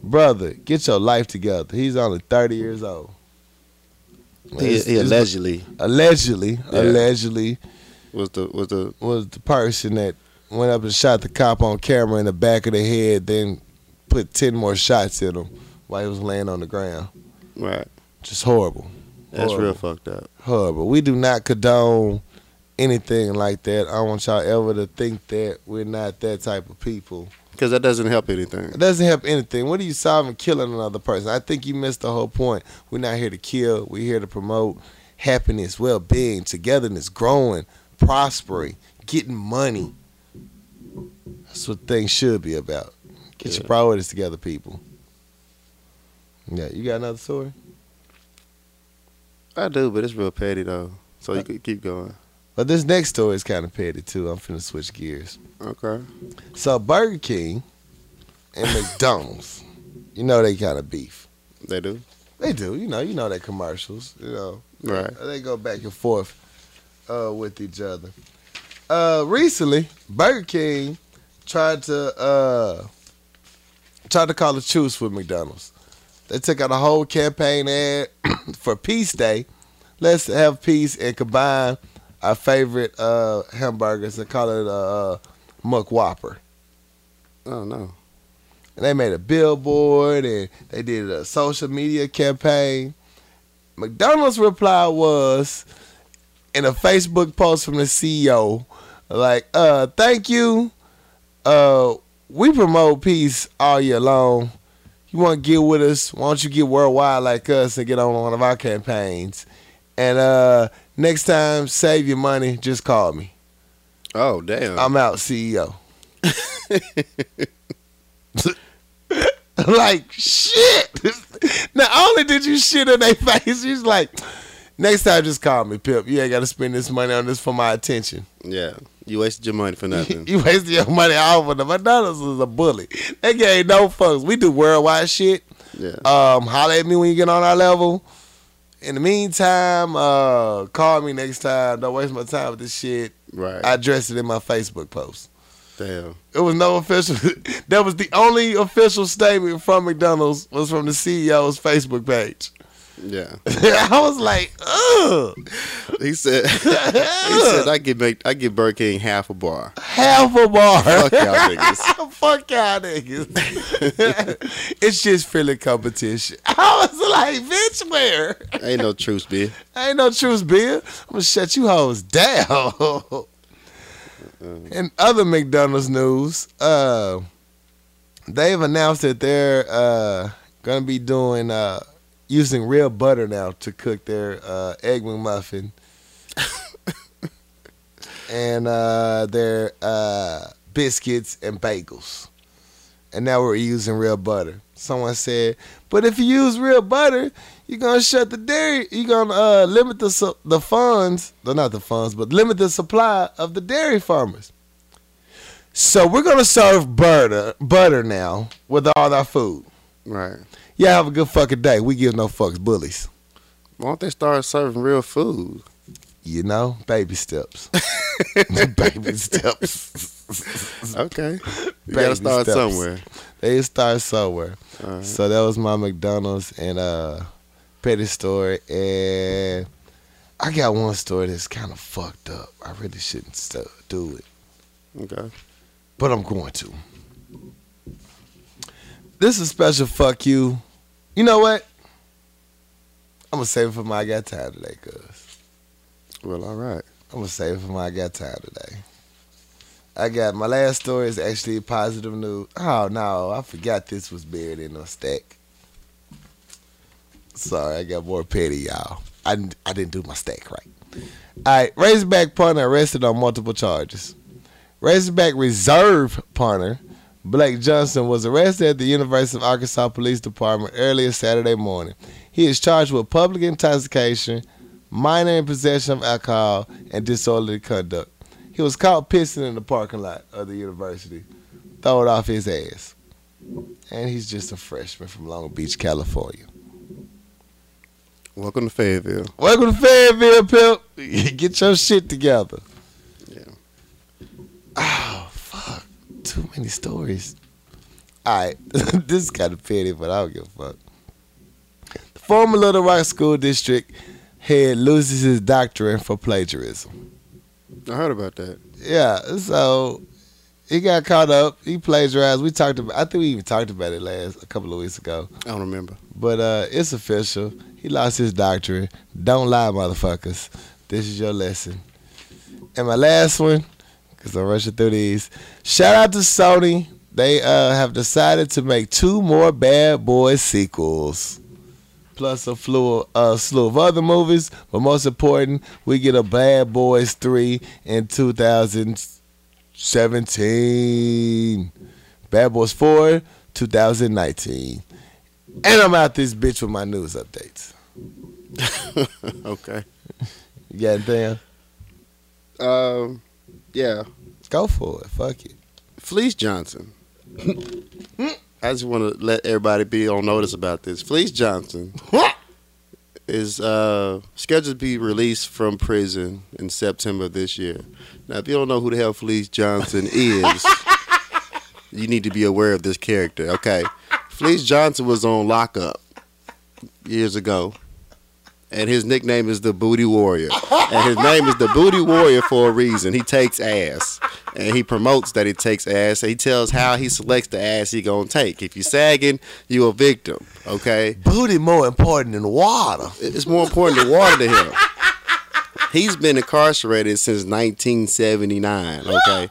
Brother, get your life together. He's only 30 years old.
He, he
It's- it's-
allegedly
allegedly, allegedly
was the was the
was the person that went up and shot the cop on camera in the back of the head, then put 10 more shots in him while he was laying on the ground.
right.
Just horrible.
That's
Horrible.
real fucked up.
horrible. We do not condone anything like that. I don't want y'all ever to think that we're not that type of people.
Because that doesn't help anything.
It doesn't help anything. What are you solving killing another person? I think you missed the whole point. We're not here to kill. We're here to promote happiness, well being, togetherness, growing, prospering, getting money. That's what things should be about. Get your
Yeah.
priorities together, people. Yeah, you got another story?
I do, but it's real petty though. So you could keep going.
But this next story is kind of petty too. I'm finna switch gears.
Okay.
So Burger King and [laughs] McDonald's, you know they kind of beef.
They do.
They do, you know, you know their commercials, you know.
Right.
They go back and forth uh, with each other. Uh, recently, Burger King tried to uh, tried to call a truce with McDonald's. They took out a whole campaign ad [clears throat] for Peace Day. Let's have peace and combine our favorite uh, hamburgers and call it a uh, Muck Whopper.
Oh no.
and they made a billboard and they did a social media campaign. McDonald's reply was in a Facebook post from the CEO, like, uh, thank you. Uh, we promote peace all year long. You want to get with us? Why don't you get worldwide like us and get on one of our campaigns? And uh, next time, save your money. Just call me.
Oh damn.
I'm out, E CEO. [laughs] like shit. Not only did you shit in their face, you was like, next time just call me, Pip. You ain't gotta spend this money on this for my attention.
[laughs] yeah. You wasted your money for
[laughs]
nothing.
you wasted your money all of the McDonald's is a bully. They gave no fucks. We do worldwide shit.
[laughs] yeah.
Um, holler at me when you get on our level. In the meantime, uh, call me next time. Don't waste my time with this shit.
right.
I address it in my Facebook post.
damn.
It was no official. [laughs] that was the only official statement from McDonald's was from the CEO's Facebook page. [laughs]
[laughs] Yeah.
I was like, ugh,
He said. [laughs] he said I give make I give Burger King half a [laughs] bar.
half a bar.
Fuck y'all
[laughs]
niggas.
Fuck y'all niggas. [laughs] it's just friendly competition. [laughs] I was like, bitch, where?
Ain't no truce, B.
Ain't no truth, Bill. I'm gonna shut you hoes down. In other McDonald's news, uh, they've announced that they're uh, gonna be doing uh, using real butter now to cook their uh, egg McMuffin, and uh, their uh, biscuits and bagels. and now we're using real butter. Someone said, but if you use real butter, you're gonna shut the dairy. You're gonna uh, limit the su- the funds, no, not the funds, but limit the supply of the dairy farmers. So we're gonna serve butter, butter now with all our food.
Right.
Y'all have a good fucking day. We give no fucks, bullies.
Why don't they start serving real food?
You know, baby
[laughs]
steps. [laughs] baby steps.
Okay. You gotta
Baby
start
steps.
somewhere.
they start somewhere.
All right.
So that was my McDonald's and uh petty story and I got one story that's kind of fucked up. I really shouldn't st- do it,
Okay.
but I'm going to. This is special fuck you. You know what? I'm gonna save it for my I got time today, cuz.
Well, all right.
I'm gonna save it for my I got time today. I got my last story is actually positive news. Oh no, I forgot this was buried in a stack. Sorry, I got more petty, y'all. I, didn't- I didn't do my stack right. All right, Razorback partner arrested on multiple charges. Razorback reserve partner Blake Johnson was arrested at the University of Arkansas Police Department earlier Saturday morning. He is charged with public intoxication, minor in possession of alcohol, and disorderly conduct. He was caught pissing in the parking lot of the university, throwed off his ass. And he's just a freshman from Long Beach, California.
Welcome to Fayetteville.
Welcome to Fayetteville, pimp. [laughs] Get your shit together.
Yeah.
Oh, fuck. Too many stories. All right. [laughs] this is kind of petty, but I don't give a fuck. The former Little Rock School District head loses his doctorate for plagiarism.
I heard about that.
Yeah, so he got caught up. He plagiarized. We talked about. I think we even talked about it last a couple of weeks ago.
I don't remember.
But uh, it's official. He lost his doctorate. Don't lie, motherfuckers. This is your lesson. And my last one, because I'm rushing through these. Shout out to Sony. They uh, have decided to make two more Bad Boys sequels, plus a flu- uh, slew of other movies. But most important, we get a Bad Boys 3 in 2017, Bad Boys 4, 2019. And I'm out this bitch with my news updates.
okay.
You got anything? else?
Um, yeah.
Go for it. Fuck it.
Fleece Johnson. I just want to let everybody be on notice about this. Fleece Johnson is uh, scheduled to be released from prison in September of this year. Now, if you don't know who the hell Fleece Johnson is, you need to be aware of this character. Okay, Fleece Johnson was on lockup years ago, and his nickname is the Booty Warrior. And his name is the Booty Warrior for a reason. He takes ass, and he promotes that he takes ass. And he tells how he selects the ass he gonna take. If you sagging, you a victim. Okay,
Booty more important than water.
it's more important to water to him. He's been incarcerated since 1979. Okay.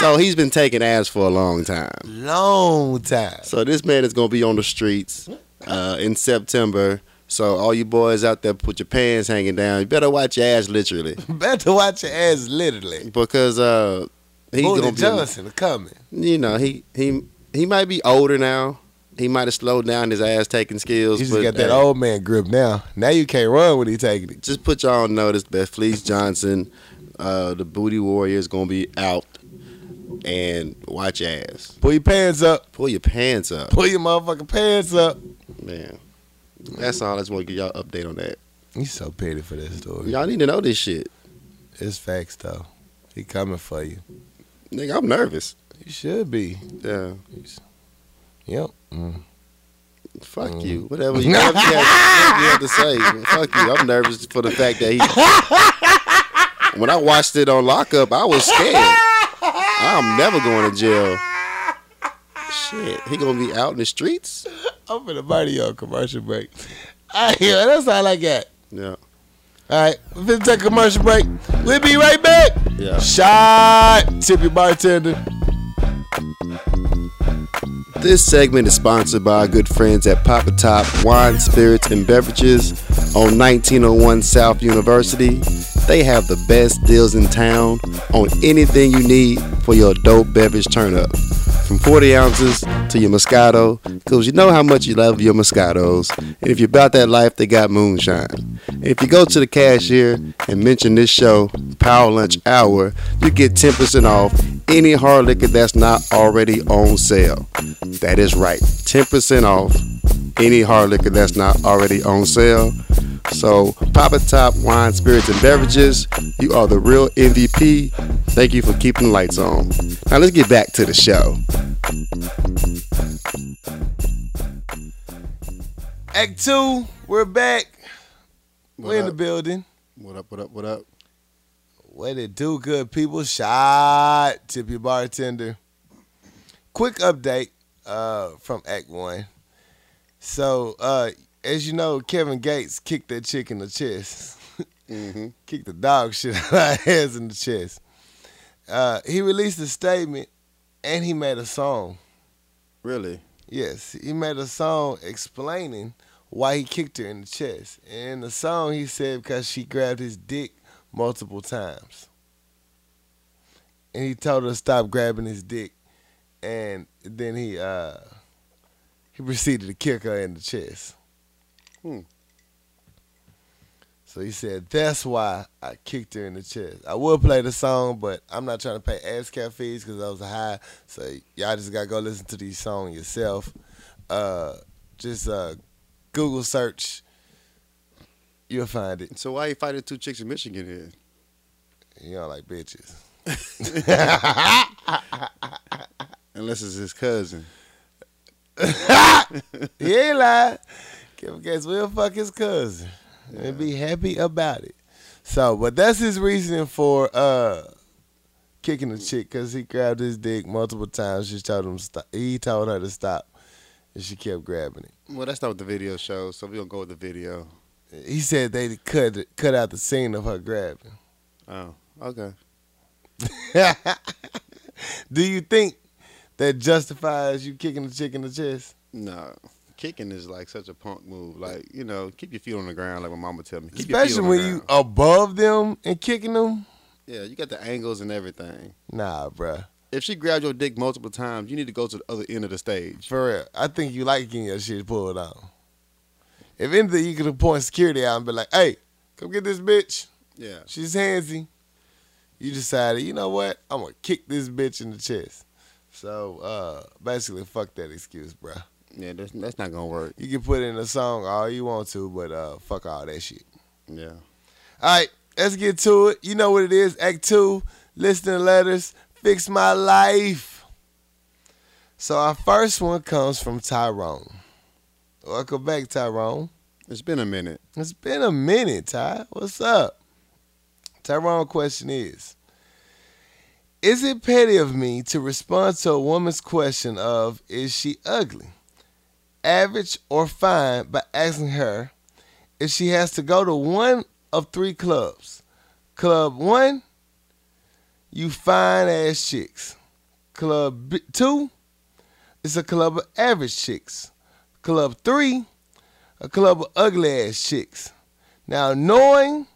So he's been taking ass for a long time.
Long time.
So this man is gonna be on the streets uh, in September. So all you boys out there, put your pants hanging down. You better watch your ass literally,
[laughs] Better watch your ass literally.
because uh, he's
Booty
gonna be,
Johnson coming.
you know, he he he might be older now. He might have slowed down his ass taking skills.
He just
but,
got that
uh,
old man grip now. Now you can't run when he taking it.
Just put y'all on notice that Fleece Johnson, uh, the Booty Warrior, is gonna be out, and watch your ass.
Pull your pants up. [laughs]
Pull your pants up,
Pull your motherfucking pants up.
man. That's all. I just want to give y'all an update on that.
You so petty for this story.
Y'all need to know this shit.
It's facts though. He coming for you.
Nigga, I'm nervous.
You should be.
Yeah.
Yep. Mm.
Fuck you. Whatever you, whatever you, have, whatever you have to say. man, Fuck you. I'm nervous for the fact that he. [laughs] When I watched it on lockup, I was scared. I'm never going to jail. Shit, he gonna be out in the streets?
I'm finna murder y'all commercial break. [laughs] All right, that's all I got.
Yeah.
All right, we're finna take a commercial break. We'll be right back.
Yeah.
Shot. Tip your bartender.
This segment is sponsored by our good friends at Papa Top Wine, Spirits, and Beverages on 1901 South University. They have the best deals in town on anything you need for your dope beverage turn up. from 40 ounces to your Moscato, because you know how much you love your Moscatos. And if you're about that life, they got moonshine. If you go to the cashier and mention this show, Power Lunch Hour, you get 10% off any hard liquor that's not already on sale. That is right, 10% off any hard liquor that's not already on sale. So, Papa Top Wine, Spirits, and Beverages, you are the real MVP. Thank you for keeping the lights on. Now, let's get back to the show.
Act two, we're back.
What
we're in
up?
the building.
What up, what up, what up?
Way to do good, people. Shot. Tip your bartender. Quick update uh, from Act One. So, uh, as you know, Kevin Gates kicked that chick in the chest. [laughs]
Mhm.
kicked the dog shit [laughs] out of her ass in the chest. Uh, he released a statement and he made a song.
Really?
Yes, he made a song explaining why he kicked her in the chest. And in the song, he said because she grabbed his dick multiple times. And he told her to stop grabbing his dick. And then he uh, he proceeded to kick her in the chest.
Hmm.
So he said, that's why I kicked her in the chest. I would play the song, but I'm not trying to pay ASCAP fees because I was high. So y'all just gotta go listen to these songs yourself. Uh, just uh, Google search, you'll find it.
So, why you fighting two chicks in Michigan here?
You don't like bitches.
Unless it's his cousin.
he ain't lying. Kevin Gates will fuck his cousin and be happy about it. So, but that's his reasoning for uh kicking the chick because he grabbed his dick multiple times. She told him stop. He told her to stop, and she kept grabbing it.
Well, that's not what the video shows, so we're going to go with the video.
He said they cut cut out the scene of her grabbing. [laughs]
Oh, okay.
Do you think that justifies you kicking the chick in the chest?
No. Kicking is like such a punk move. Like, you know, keep your feet on the ground, like my mama tell me. Keep your feet
Especially
on the
when you
ground.
above them and kicking them.
Yeah, you got the angles and everything.
Nah, bruh.
If she grabbed your dick multiple times, you need to go to the other end of the stage.
For real. I think you like getting your shit pulled out. If anything, you could have point security out and be like, hey, come get this bitch.
Yeah.
She's handsy. You decided, you know what? I'm going to kick this bitch in the chest. So uh, basically, fuck that excuse, bruh.
Yeah, that's, that's not going to work.
You can put in a song all you want to, but uh, fuck all that shit.
Yeah.
All right, let's get to it. You know what it is. Act two, listening letters, fix my life. So our first one comes from Tyrone. Welcome back, Tyrone.
It's been a minute.
It's been a minute, Ty. What's up? Tyrone question is Is it petty of me to respond to a woman's question of is she ugly, average, or fine by asking her if she has to go to one of three clubs? Club one, you fine ass chicks. Club b- two, it's a club of average chicks. Club three, a club of ugly ass chicks. Now, knowing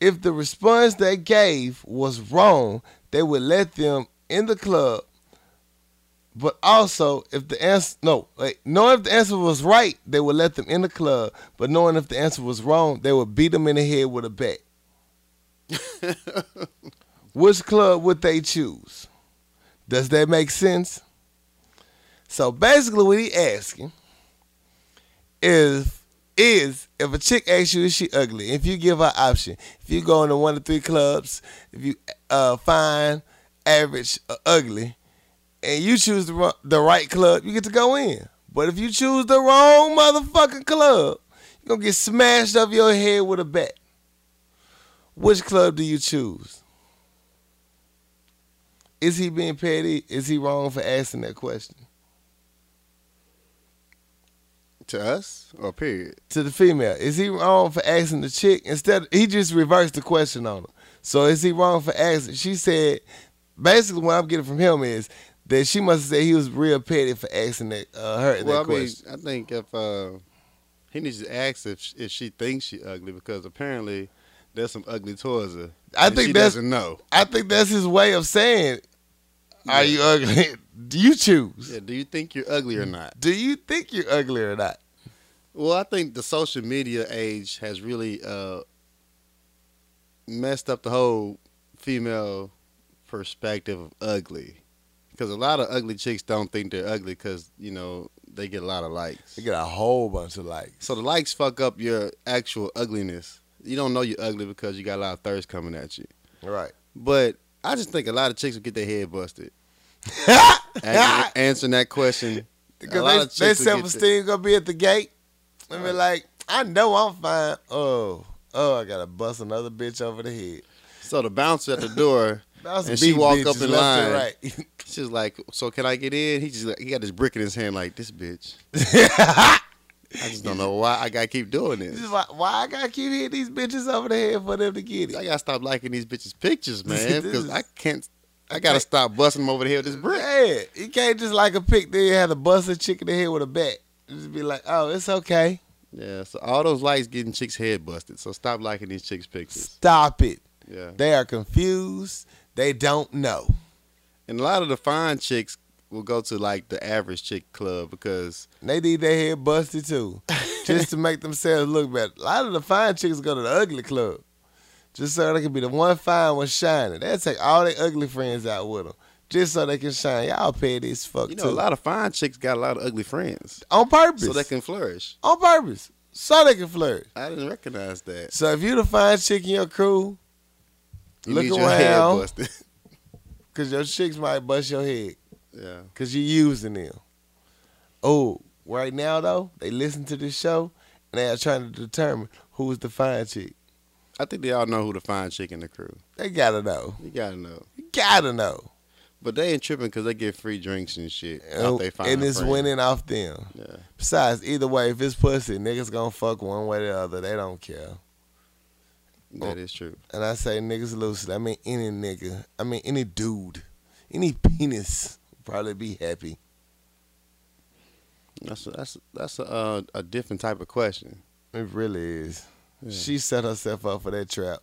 if the response they gave was wrong, they would let them in the club. But also, if the answer no, like knowing if the answer was right, they would let them in the club. But knowing if the answer was wrong, they would beat them in the head with a bat. Which club would they choose? Does that make sense? So basically, what he asking is is if a chick asks you is she ugly, if you give her option, if you go into one of three clubs, if you uh fine, average, or ugly, and you choose the ru- the right club, you get to go in. But if you choose the wrong motherfucking club, you're gonna get smashed up your head with a bat. Which club do you choose? Is he being petty? Is he wrong for asking that question?
To us? Or period?
to the female. Is he wrong for asking the chick instead? He just reversed the question on her. So is he wrong for asking? She said, basically, what I'm getting from him is that she must have said he was real petty for asking that uh, her
Well, I
that
mean,
question.
I think if uh, he needs to ask if sh- if she thinks she ugly because apparently there's some ugly towards her.
I
and
think
she
that's
doesn't know.
I think that's his way of saying Are you ugly? [laughs] Do you choose?
Yeah, do you think you're ugly or not?
Do you think you're ugly or not?
Well, I think the social media age has really uh, messed up the whole female perspective of ugly. Because a lot of ugly chicks don't think they're ugly because, you know, they get a lot of likes.
You get a whole bunch of likes.
So the likes fuck up your actual ugliness. You don't know you're ugly because you got a lot of thirst coming at you.
Right.
But I just think a lot of chicks will get their head busted.
[laughs]
Answer- answering that question. A lot of
Because
chicks
they, they
will get
self esteem gonna be at the gate. And be
Right.
like, I know I'm fine. Oh, oh, I gotta bust another bitch over the head.
So the bouncer at the door,
That's
And she walk up in line.
Right. [laughs]
she's like, "So can I get in?" He just like, he got his brick in his hand, like this bitch. I just don't know why I gotta keep doing
This
this.
is why, why I gotta keep hitting these bitches over the head for them to get it.
I gotta stop liking these bitches' [laughs] pictures, man,
This
because
is-
I can't. I gotta stop busting them over the head with this brick.
Yeah, you can't just like a pick there you had to bust a chick in the head with a bat. Just be like, oh, it's okay.
Yeah, so all those likes getting chicks' head busted. So stop liking these chicks' pictures.
Stop it.
Yeah,
They are confused. They don't know.
and a lot of the fine chicks will go to like the average chick club because
They need their head busted too, just to make themselves look better. A lot of the fine chicks go to the ugly club, just so they can be the one fine one shining. They will take all their ugly friends out with them, just so they can shine. Y'all petty as fuck
you know
too,
a lot of fine chicks got a lot of ugly friends,
on purpose.
so they can flourish.
on purpose, so they can flirt.
I didn't recognize that.
So if you the fine chick in your crew,
You
Look
need your head
around.
busted. [laughs]
cause your chicks might bust your head,
yeah.
cause you using them. Oh, right now though, they listen to this show and they are trying to determine who's the fine chick.
I think they all know who the fine chick in the crew.
They gotta know.
You gotta know.
You gotta know.
But they ain't tripping because they get free drinks and shit.
and,
out they find
Oh, and
a
it's
friend.
winning off them.
Yeah.
Besides, either way, if it's pussy, niggas gonna fuck one way or the other. They don't care. Oh.
That is true.
And I say niggas loosely. I mean any nigga. I mean any dude. Any penis would probably be happy.
That's a, that's that's a, uh, a different type of question.
It really is.
Yeah.
She set herself up for that trap.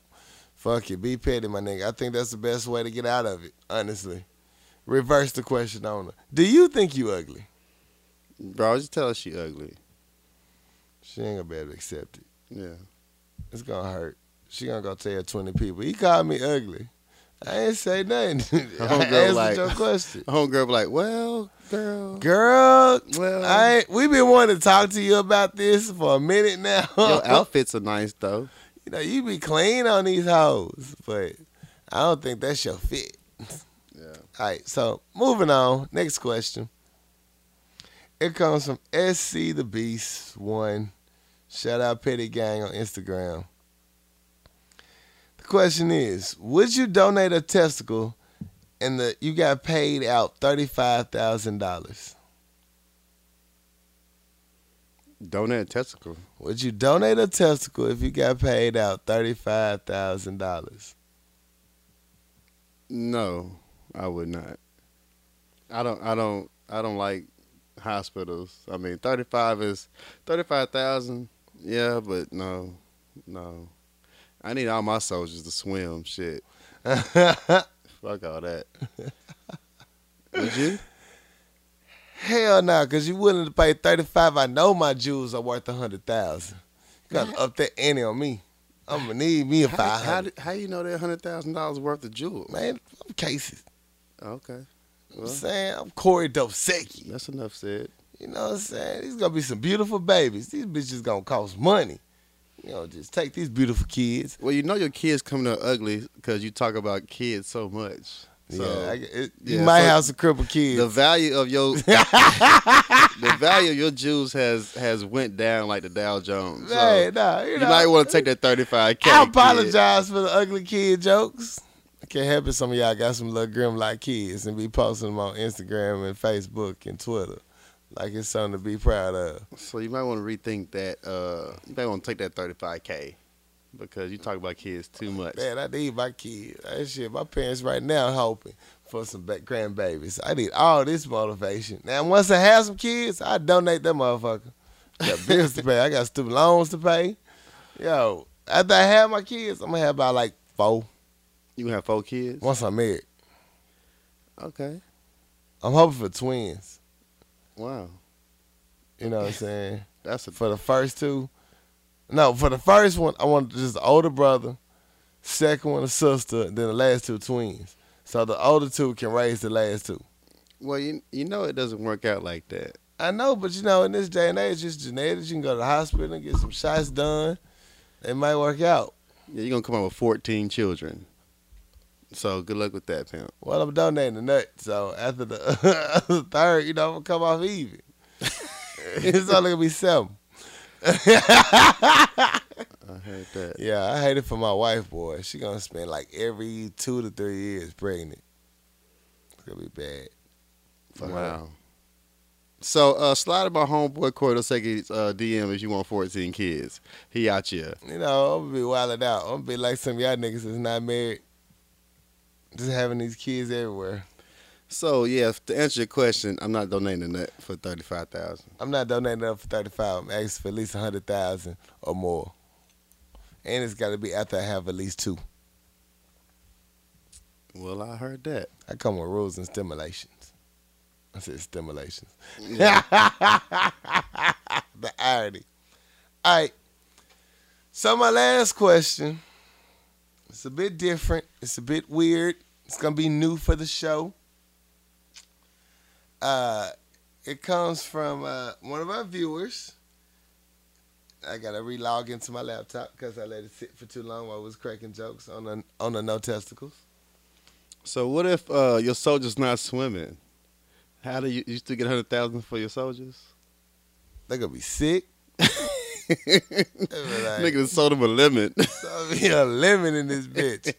Fuck it. Be petty, my nigga. I think that's the best way to get out of it, honestly. Reverse the question on her. Do you think you ugly?
Bro, just tell her she ugly.
She ain't gonna be able to accept it.
Yeah.
It's gonna hurt. She gonna go tell twenty people. He called me ugly. I ain't say nothing. [laughs] I
Homegirl
answered
like-
your question,
The homegirl be like, well,
[laughs]
girl,
girl.
well,
I ain't, we been wanting to talk to you about this for a minute now. [laughs]
your outfits are nice though.
you know you be clean on these hoes, but I don't think that's your fit.
Yeah.
All right, so moving on. Next question. It comes from SC the Beast One. Shout out Petty Gang on Instagram. The question is: Would you donate a testicle, and the you got paid out thirty five thousand dollars?
Donut testicle.
Would you donate a testicle if you got paid out thirty five thousand dollars?
No, I would not. I don't. I don't. I don't like hospitals. I mean, thirty-five is thirty-five thousand. Yeah, but no, no. I need all my soldiers to swim. Shit, [laughs] fuck all that. Would you?
Hell no, cause you willing to pay thirty five. I know my jewels are worth a hundred thousand. You gotta up that ante on me. I'm gonna need me a
How,
five
how,
hundred.
do- how you know they're hundred thousand dollars worth of jewels?
Man, I'm cases.
Okay,
You know what
well,
I'm saying I'm Corey Dosecki.
that's enough said.
You know what I'm saying? These gonna be some beautiful babies. These bitches gonna cost money. You know, just take these beautiful kids.
Well, you know your kids coming up ugly because you talk about kids so much. So
yeah, I, it, you
yeah,
might
so
have some crippled kids. [laughs]
the value of your the value of your Jews has has went down like the Dow Jones. So
Hey, nah, you,
you
know,
might want to take that thirty five k.
I apologize for the ugly kid jokes. I can't help it. Some of y'all got some little grim like kids and be posting them on Instagram and Facebook and Twitter. Like it's something to be proud of.
So you might want to rethink that. Uh, you might want to take that thirty five k because you talk about kids too much.
Man, I need my kid. That shit, my parents right now hoping for some ba- grandbabies. I need all this motivation. Now, once I have some kids, I donate that motherfucker. I got bills to pay. I got student loans to pay. Yo, after I have my kids, I'm gonna have about like four
You have four kids.
once I'm married.
Okay.
I'm hoping for twins.
Wow,
You know what I'm saying?
that's a
for the first two. No, for the first one, I wanted just an older brother, second one a sister, then the last two twins. So the older two can raise the last two.
well. You you know it doesn't work out like that.
I know, but you know, in this day and age, it's genetics. You can go to the hospital and get some shots done. It might work out.
Yeah, you're gonna come out with 14 children. So good luck with that, pimp.
Well, I'm donating the nut, so after the [laughs] third, you know, I'm gonna come off even. [laughs] it's only gonna be seven.
I heard that.
Yeah, I hate it for my wife, boy. She gonna spend like every two to three years pregnant. It's gonna be bad. for her.
Wow. So uh, slide in my homeboy Cordoseki's uh, DM if you want 14 kids. He out here.
You know, I'm gonna be wilding out. I'm gonna be like some of y'all niggas that's not married. Just having these kids everywhere.
So yeah, to answer your question, I'm not donating that for 35,000.
I'm not donating up for 35. I'm asking for at least 100,000 or more. And it's gotta be after I have at least two.
Well, I heard that.
I come with rules and stimulations. I said stimulations. [laughs] the irony. All right. So my last question. It's a bit different. It's a bit weird. It's gonna be new for the show. Uh, it comes from uh, one of our viewers. I gotta relog into my laptop because I let it sit for too long while I was cracking jokes on the on the no testicles.
So what if uh, your soldier's not swimming? How do you, you still get 100,000 for your soldiers? [laughs]
They're gonna be sick.
Nigga done sold him a lemon.
So be a lemon in this bitch.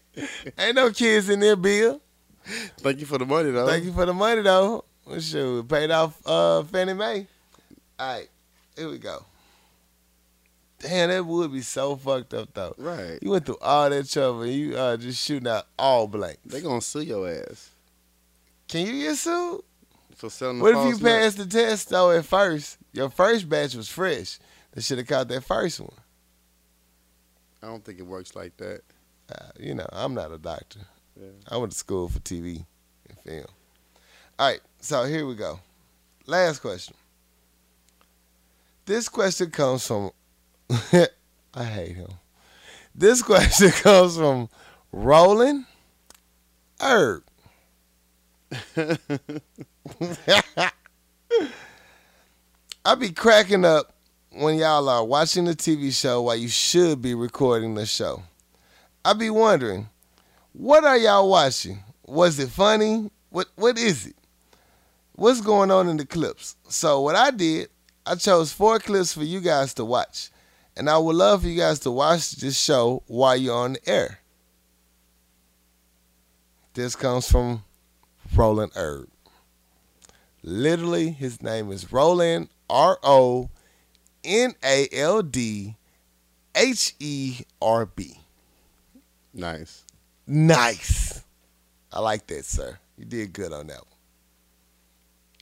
Ain't no kids in there, Bill.
[laughs] Thank you for the money though.
Thank you for the money though. Well, Shoot, paid off uh Fannie Mae. All right, here we go. Damn, that would be so fucked up though.
Right.
You went through all that trouble. And you uh just shooting out all blanks.
They gonna sue your ass
Can you get sued?
for selling. the
What if you
false nut.
passed the test though at first? Your first batch was fresh. They should have caught that first one.
I don't think it works like that.
uh, you know, I'm not a doctor.
Yeah.
I went to school for TV and film. All right, so here we go. Last question. This question comes from. [laughs] I hate him. This question [laughs] comes from Roland Herb. I be cracking up when y'all are watching the TV show while you should be recording the show. I be wondering, what are y'all watching? Was it funny? What what is it? What's going on in the clips? So what I did, I chose four clips for you guys to watch. And I would love for you guys to watch this show while you're on the air. This comes from Roland Erb. Literally, his name is Roland R O N A L D H E R B.
Nice.
Nice. I like that, sir. You did good on that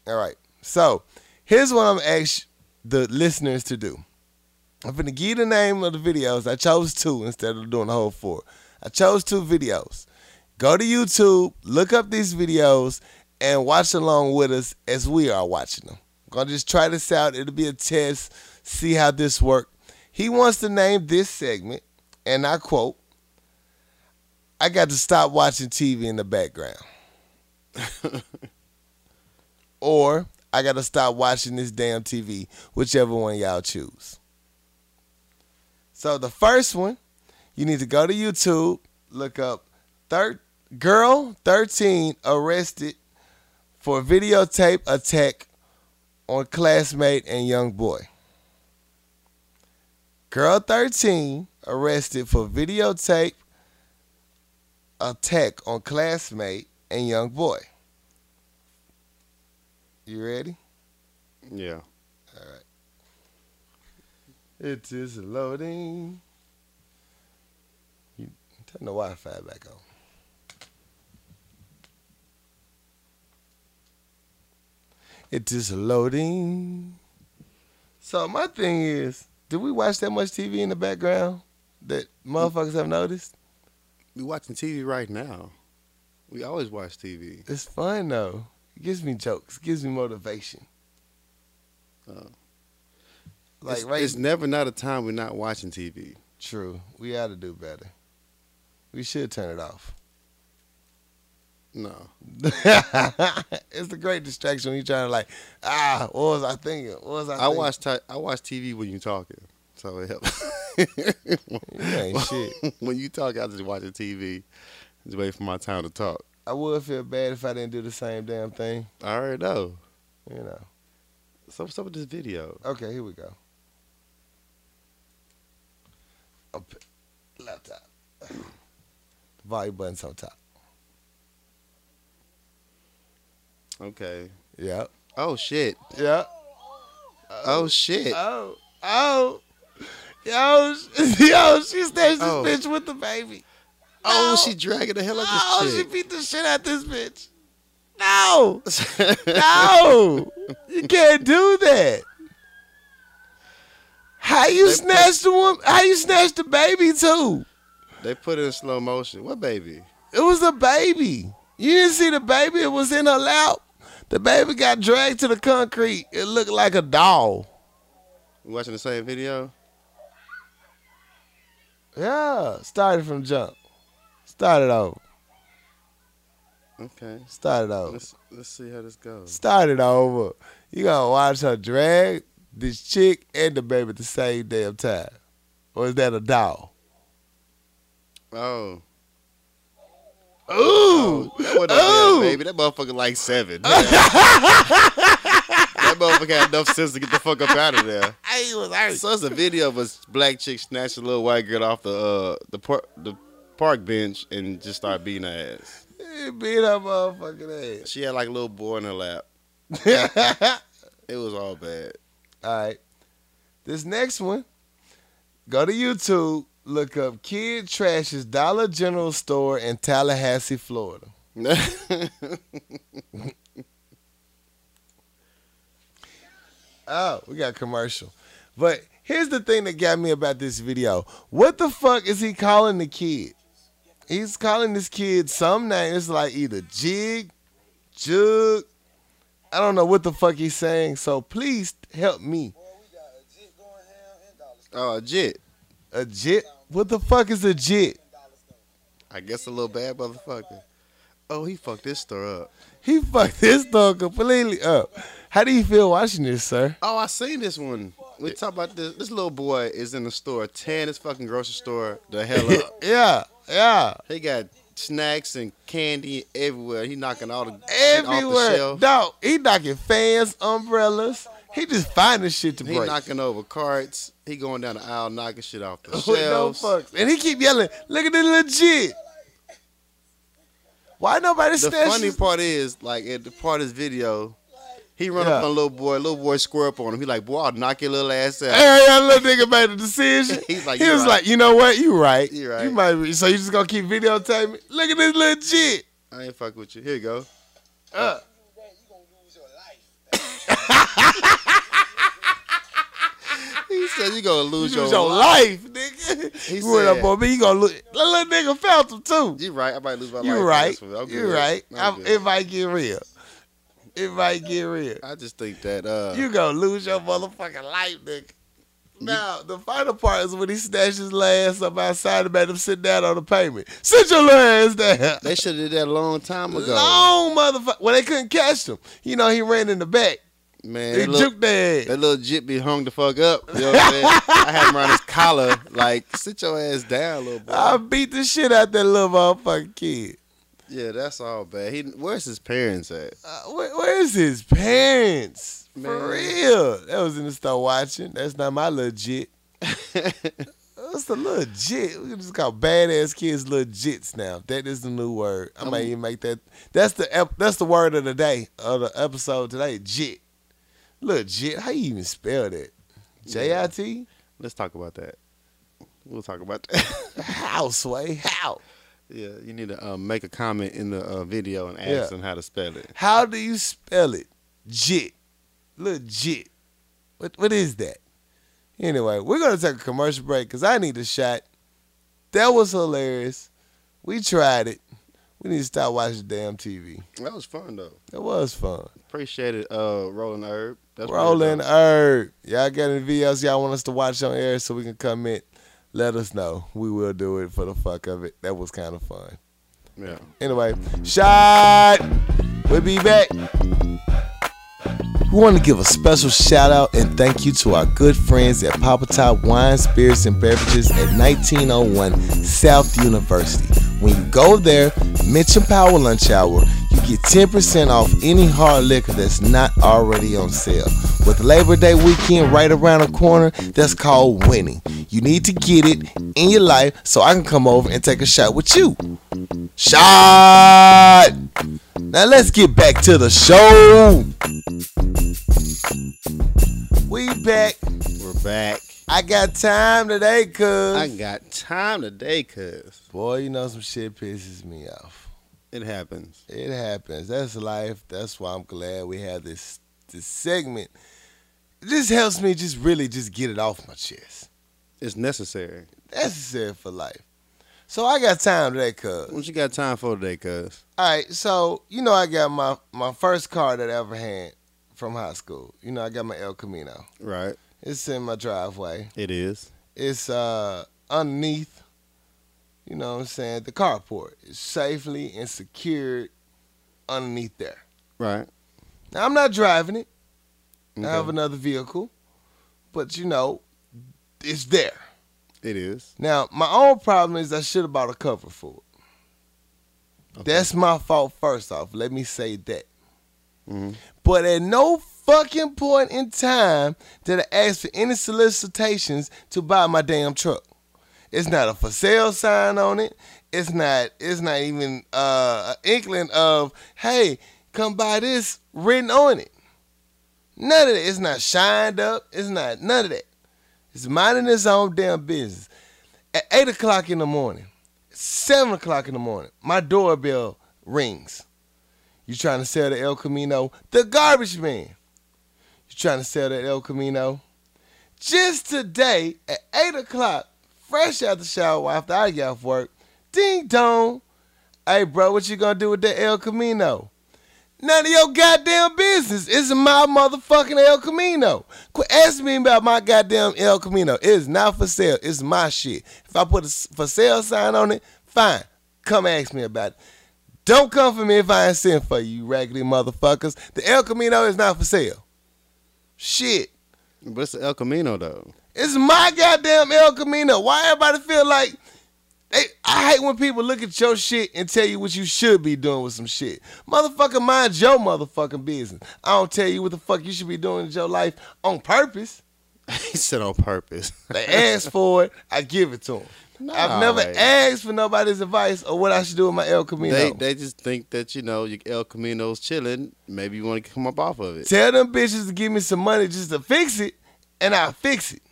one. All right. So here's what I'm gonna ask the listeners to do. I'm gonna give you the name of the videos. I chose two instead of doing the whole four. I chose two videos. Go to YouTube, look up these videos, and watch along with us as we are watching them. I'm gonna just try this out. It'll be a test. See how this works. He wants to name this segment, and I quote, I got to stop watching TV in the background. or I got to stop watching this damn TV, whichever one y'all choose. So the first one, you need to go to YouTube, look up thir- Girl 13 arrested for videotape attack on classmate and young boy. Girl 13 arrested for videotape attack on classmate and young boy. You ready?
Yeah.
It is loading. You turn the Wi-Fi back on. It is loading. So my thing is, do we watch that much TV in the background that motherfuckers have noticed?
We watching TV right now. We always watch TV.
It's fun though. It gives me jokes. It gives me motivation.
Oh.
like
it's,
right.
it's never not a time we're not watching TV.
True. We ought to do better. We should turn it off. [laughs]
No.
it's a great distraction when you're trying to like, ah, what was I thinking? What was I?
I
thinking?
watch ti- I watch TV when you talking, so
[laughs]
it helps.
You ain't shit.
when you talk, I just watch the TV. Just wait for my time to talk.
I would feel bad if I didn't do the same damn thing.
I already know.
You know.
So what's up with this video?
Okay, here we go. Up, laptop. Volume button's on top.
Okay.
Yep.
Oh shit.
Yep.
Oh shit.
Oh. Oh. Yo, [laughs] sh- yo, she snatched this
Oh.
bitch with the baby.
Oh,
no.
she dragging the hell out
Oh,
this
she
chick.
beat the shit out this bitch. No,
[laughs]
no, you can't do that. How you
They put-
snatch the woman? How you snatch the baby too?
they put it in slow motion. What baby?
It was a baby. You didn't see the baby. It was in her lap. The baby got dragged to the concrete. It looked like a doll.
We watching the same video?
Yeah, started from jump. Started over.
Okay.
Started over.
Let's let's see how this goes.
Started over. You gotta watch her drag this chick and the baby at the same damn time. Or is that a doll?
Oh.
Ooh!
Oh, that wasn't a damn
Ooh.
baby. That motherfucker like seven. [laughs] that motherfucker had enough sense to get the fuck up out of there.
I was hurt.
So it's a video of a black chick snatching a little white girl off the uh, the par- the park bench and just start beating her ass.
It beat her motherfucking
She had like a little boy in her
[laughs]
lap.
ass.
It was all bad. [laughs]
All right. This next one, go to YouTube, look up Kid Trash's Dollar General Store in Tallahassee, Florida. Oh, we got commercial. But here's the thing that got me about this video. What the fuck is he calling the kid? He's calling this kid some name. It's like either Jig, Jug. I don't know what the fuck he's saying. So please help me.
oh, jit.
A jit? What the fuck is a jit?
I guess a little bad motherfucker. Oh, he fucked this store up.
He [laughs] fucked this dog completely up. How do you feel watching this, sir?
Oh, I seen this one. We talk about this. This little boy is in the store, tearing this fucking grocery store the
[laughs]
hell up.
Yeah, yeah.
He got snacks and candy everywhere. He knocking all the shit off the
Everywhere.
shelf.
Dog, he knocking fans, umbrellas. He just finding shit to
He
break.
knocking over carts. He going down the aisle knocking shit
[laughs]
off the
With no
shelves.
fucks. And he keep yelling, look at this legit. Why nobody
the
snatches?
funny part is, like at the part of this video, he run up
Yeah.
on little boy. Little boy square up on him. He like, boy, I'll knock your little ass out.
Hey, that little nigga made a decision.
[laughs] He's like,
he
"You
was
right."
like, you know what? You right.
You right.
You might be. So you just gonna keep videotaping? Look at this legit.
I ain't fuck with you. Here you go.
Uh,
[laughs] He said you gonna lose
you
your,
your, your
life.
life, nigga.
He
[laughs] you went up
said-
on me. You gonna look? That little nigga felt him too.
You right. I might lose my
You
life.
right.
for this one. I'm
You
good.
right.
I'm
I'm,
good.
it might get real. It might get real.
I just think that uh,
You gonna lose your motherfucking life, nigga. Now the final part is when he snatched his last up outside and made him sit down on the pavement. Sit your last down.
they should have did that a long time ago.
Long motherfucker. Well, they couldn't catch him. You know he ran in the back.
Man,
They
that little-
juked their ass.
That little jit be hung the fuck up. You know what
[laughs]
I'm saying? I had him around his collar, like, sit your ass down, little boy.
I beat the shit out that little motherfucking kid.
yeah, that's all bad. He, where's his parents at? [laughs]
Uh, where, where's his parents?
Man.
For real, that was in the store watching. That's not my legit. That's the legit. We can just call badass kids legits now. That is the new word. I might
I'm-
even make that. That's the ep, that's the word of the day of the episode today. Jit, legit. How you even spell that? J I T.
Let's talk about that. We'll talk about that.
How sway? How?
yeah, you need to um, make a comment in the uh, video and ask
Yeah.
them how to spell it.
How do you spell it? Jit. Legit. What what is that? Anyway, we're gonna take a commercial break because I need a shot. That was hilarious. We tried it. We need to stop watching damn TV.
That was fun though.
That was fun.
Appreciate it. Uh, Rolling Herb. That's pretty
Rolling
dope.
Herb. Y'all got any videos y'all want us to watch on air so we can comment? Let us know. We will do it for the fuck of it. That was kind of fun.
Yeah.
Anyway, shot. We'll be back. We want to give a special shout out and thank you to our good friends at Papa Top Wine, Spirits, and Beverages at 1901 South University. When you go there, mention Power Lunch Hour, you get 10% off any hard liquor that's not already on sale. With Labor Day weekend right around the corner, that's called winning. You need to get it in your life so I can come over and take a shot with you. Shot! Now let's get back to the show. We back.
We're back.
I got time today, cuz.
I got time today, cuz
Boy, you know some shit pisses me off.
it happens.
It happens. That's life. That's why I'm glad we have this this segment. This helps me just really just get it off my chest.
It's necessary.
Necessary for life. So I got time today, cuz.
What you got time for today, cuz?
All right, so you know I got my my first car that I ever had from high school. You know I got my El Camino.
Right.
It's in my driveway.
It is.
It's uh underneath. You know what I'm saying? The carport It's safely and secured underneath there.
Right.
Now I'm not driving it. I have
Okay.
another vehicle, but you know, it's there.
It is.
Now my own problem is I should have bought a cover for it. That's my fault first off. Let me say that.
Mhm.
But at no fucking point in time did I ask for any solicitations to buy my damn truck. It's not a for sale sign on it. It's not. It's not even uh, an inkling of hey, come buy this written on it. None of that. It's not shined up. It's not none of that. It's minding its own damn business. At eight o'clock in the morning, seven o'clock in the morning, my doorbell rings. You trying to sell the El Camino? The garbage man. You trying to sell that El Camino? Just today at 8 o'clock, fresh out the shower after I get off work, ding dong. Hey, bro, what you gonna do with that El Camino? None of your goddamn business. It's my motherfucking El Camino. Quit asking me about my goddamn El Camino. It is not for sale. It's my shit. If I put a s- for sale sign on it, fine. Come ask me about it. Don't come for me if I ain't sent for you, you raggedy motherfuckers. The El Camino is not for sale. Shit.
But it's El Camino though. [laughs]
It's my goddamn El Camino. Why everybody feel like they, I hate when people look at your shit and tell you what you should be doing with some shit. Motherfucker, mind your motherfucking business. I don't tell you what the fuck you should be doing with your life on purpose.
he said on purpose. [laughs]
They ask for it, I give it to them. I've
Nah,
never
man.
asked for nobody's advice or what I should do with my El Camino.
They they just think that you know your El Camino's chilling. Maybe you want to come up off of it.
Tell them bitches to give me some money just to fix it, and I'll fix it.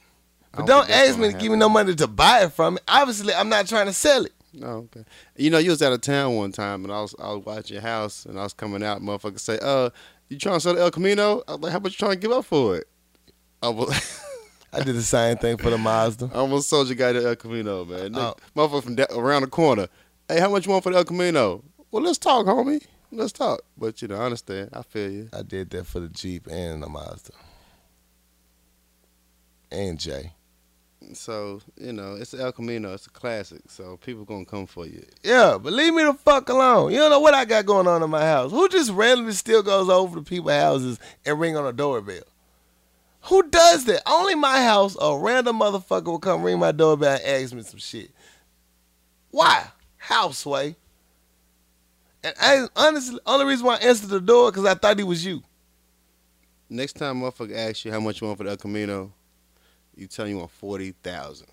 I
But
don't
don't,
think that's
ask me to
gonna
give me no money to buy it from it. Obviously, I'm not trying to sell it.
No, Oh, okay. You know you was out of town one time, and I was I was watching your house, and I was coming out. Motherfucker say, "Uh, you trying to sell the El Camino? I was like, how much you trying to give up for it?" I was, [laughs]
I did the same thing for the Mazda.
I almost sold your guy the El Camino, man.
Oh.
Nigga, Motherfucker from da- around the corner. Hey, how much you want for the El Camino? Well, let's talk, homie. Let's talk. But you know, I understand. I feel you.
I did that for the Jeep and the Mazda. And Jay.
So you know, it's the El Camino. It's a classic. So people gonna come for you.
Yeah, but leave me the fuck alone. You don't know what I got going on in my house. Who just randomly still goes over to people's houses and ring on a doorbell? Who does that? Only my house, a random motherfucker will come ring my doorbell and ask me some shit. Why? Houseway. And I, honestly, only reason why I answered the door because I thought he was you.
Next time, motherfucker asks you how much you want for the El Camino, you tell him you want forty thousand.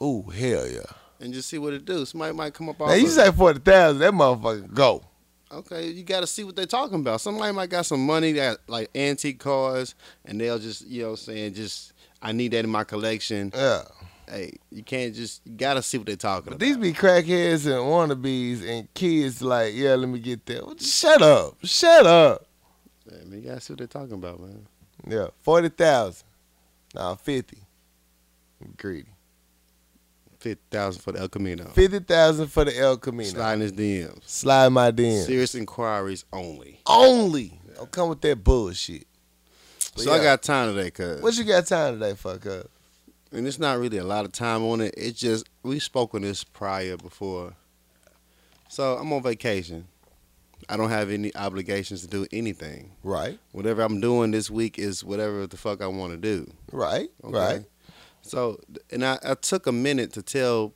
Oh hell yeah!
and just see what it do. Somebody might come up off.
Now you
of-
say forty thousand, that motherfucker go.
okay, you got to see what they're talking about. Somebody might got some money that like antique cars, and they'll just you know what I'm saying just I need that in my collection.
Yeah,
Hey, you can't just you got to see what they're talking
but
about.
these be crackheads and wannabes and kids like, yeah, let me get that. Well, Shut up, shut up.
I mean, you got to see what they're talking about, man.
Yeah, forty thousand. Nah, fifty. Greedy.
fifty thousand for the El Camino.
Fifty thousand for the El Camino. Slide,
Sliding his DMs.
my DM.
Serious inquiries only.
Only don't come with that bullshit. But
So I
yeah.
got time today, cuz.
What you got time today, fuck up?
and it's not really a lot of time on it. It's just we spoke on this prior before. So I'm on vacation. I don't have any obligations to do anything.
Right,
Whatever I'm doing this week is whatever the fuck I want to do.
right,
Okay?
right.
So and I, I took a minute to tell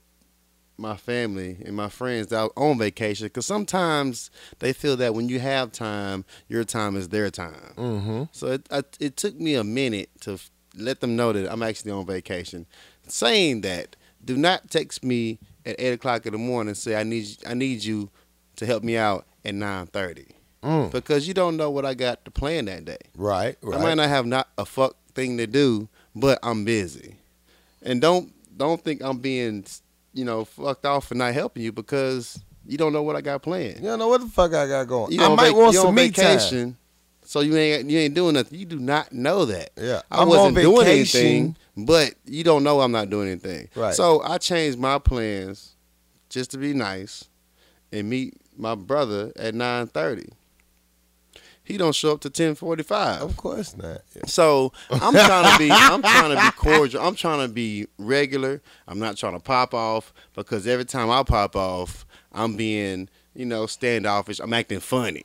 my family and my friends that I was on vacation because sometimes they feel that when you have time, your time is their time.
Mm-hmm.
So it I, it took me a minute to f- let them know that I'm actually on vacation. Saying that, do not text me at eight o'clock in the morning and say I need I need you to help me out at nine thirty
Mm.
because you don't know what I got to plan that day.
Right, right.
I might not have not a fuck thing to do, but I'm busy. And don't don't think I'm being you know fucked off for not helping you because you don't know what I got planned.
you don't know what the fuck I got going.
You
I
on
might
vac-
want
you
some
on
me time.
vacation, So you ain't you ain't doing nothing. You do not know that.
Yeah,
I
I'm
wasn't
on
doing
vacation.
anything, but you don't know I'm not doing anything.
Right.
So I changed my plans just to be nice and meet my brother at 9:30. He don't show up to 10:45.
Of course not.
So I'm trying to be I'm trying to be cordial. I'm trying to be regular. I'm not trying to pop off because every time I pop off, I'm being you know standoffish. I'm acting funny.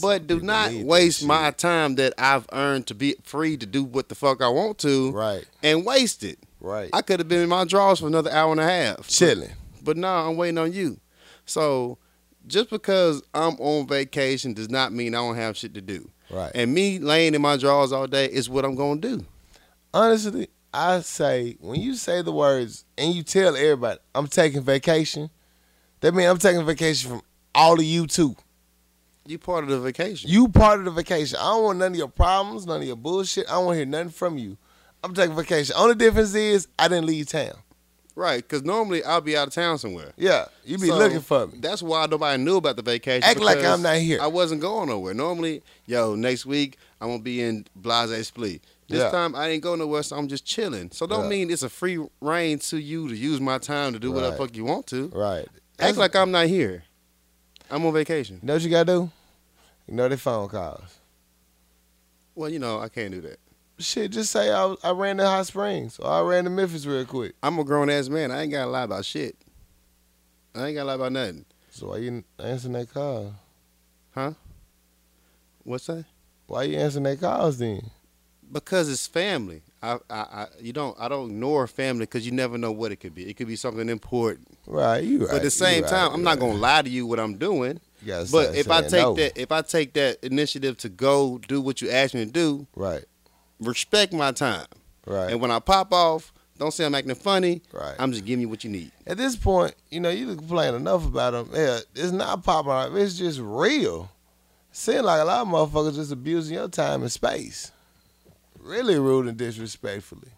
But do
people
not
need that
waste
shit.
my time that I've earned to be free to do what the fuck I want to
Right,
and waste it.
right.
I could have been in my drawers for another hour and a half.
Chilling.
But no, I'm waiting on you. So just because I'm on vacation does not mean I don't have shit to do.
Right.
And me laying in my drawers all day is what I'm gonna do.
honestly, I say when you say the words and you tell everybody I'm taking vacation, that means I'm taking vacation from all of you too.
You part of the vacation.
You part of the vacation. I don't want none of your problems, none of your bullshit. I don't want to hear nothing from you. I'm taking vacation. Only difference is I didn't leave town.
Right, because normally I'll be out of town somewhere.
Yeah, you be
So,
looking for me.
That's why nobody knew about the vacation.
Act like
because
I'm not here.
I wasn't going nowhere. Normally, yo, next week I'm gonna be in Blase Split. This
Yeah.
time I didn't go nowhere, so I'm just chilling. So don't
Yeah.
mean it's a free reign to you to use my time to do what
Right.
the fuck you want to.
Right.
Act like I'm not here. I'm on vacation.
you know what you gotta do. You know they phone calls.
Well, you know I can't do that.
Shit, just say I, I ran to Hot Springs or I ran to Memphis real quick.
I'm a grown ass man. I ain't gotta lie about shit. I ain't gotta lie about nothing.
So why you answering that call?
What's that?
Why you answering that calls then?
Because it's family. I, I, I you don't, I don't ignore family because you never know what it could be. It could be something important.
Right, you right.
but at the same time, I'm not gonna lie to you what I'm doing.
gonna.
But if I take that, if I take that initiative to go do what you asked me to do,
right,
respect my time.
right,
And when I pop off, don't say I'm acting funny.
right.
I'm just giving you what you need.
at this point, you know, you done complain enough about them. Yeah, it's not popping up. It's just real. Seems like a lot of motherfuckers just abusing your time and space. Really rude and disrespectfully.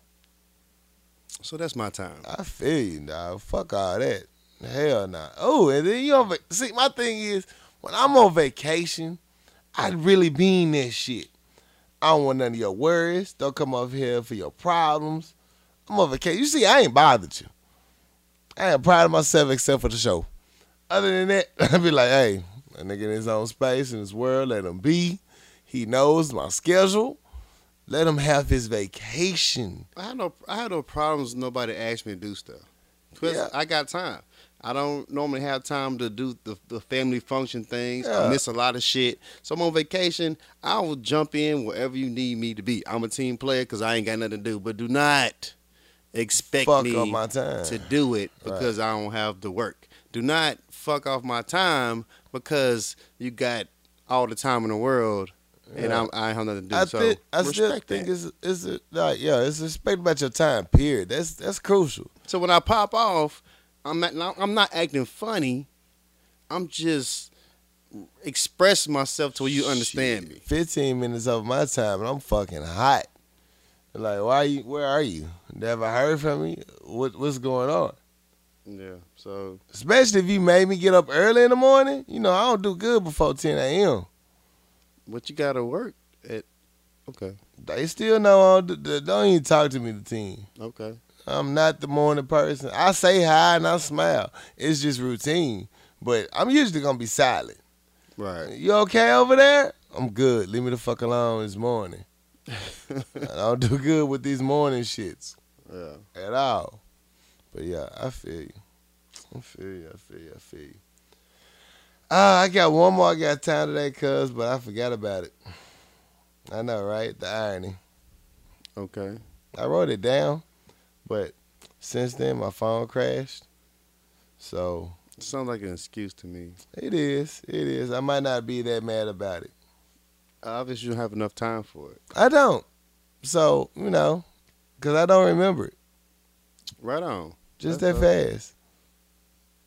So that's my time.
I feel you, dog. Fuck all that. Hell nah. Oh, and then you on vac- see. My thing is, when I'm on vacation, I really mean that shit. I don't want none of your worries. Don't come up here for your problems. I'm on vacation. You see, I ain't bothered you. I ain't proud of myself except for the show. Other than that, [laughs] I be like, hey, a nigga in his own space in his world, let him be. He knows my schedule. Let him have his vacation.
I had no I had no problems. with Nobody asked me to do stuff. 'Cause
Yeah.
I got time. I don't normally have time to do the, the family function things.
Yeah.
I miss a lot of shit. So I'm on vacation. I will jump in wherever you need me to be. I'm a team player because I ain't got nothing to do. But do not expect
Fuck
me
up my time.
to do it because I don't have the work. Do not fuck off my time because you got all the time in the world and
Yeah.
I'm, I have nothing to do.
I,
so
thi- I
respect
still
that.
think it's it's a, like yeah, it's respect about your time. Period. That's that's crucial.
So when I pop off, I'm not I'm not acting funny. I'm just expressing myself to where you understand me.
Fifteen minutes of my time, and I'm fucking hot. Like, why? you? Where are you? Never heard from me. What what's going on?
Yeah. So
Especially if you made me get up early in the morning. You know, I don't do good before ten a.m.
what you gotta work at? Okay.
They still know I don't, do- they don't even talk to me. The team.
Okay.
I'm not the morning person. I say hi and I smile. It's just routine. But I'm usually gonna be silent.
Right.
You okay over there? I'm good. Leave me the fuck alone. It's morning. [laughs] I don't do good with these morning shits
[laughs] Yeah.
at all. But yeah, I feel you. I feel you. I feel you. I feel you. Ah, I got one more. I got time today, cuz, but I forgot about it. I know, right? The irony.
Okay.
I wrote it down, but since then my phone crashed. So
Sounds like an excuse to me.
it is. It is. I might not be that mad about it.
Obviously, you don't have enough time for it.
I don't. So you know, cause I don't remember it.
Right on.
Just
That's
that fast.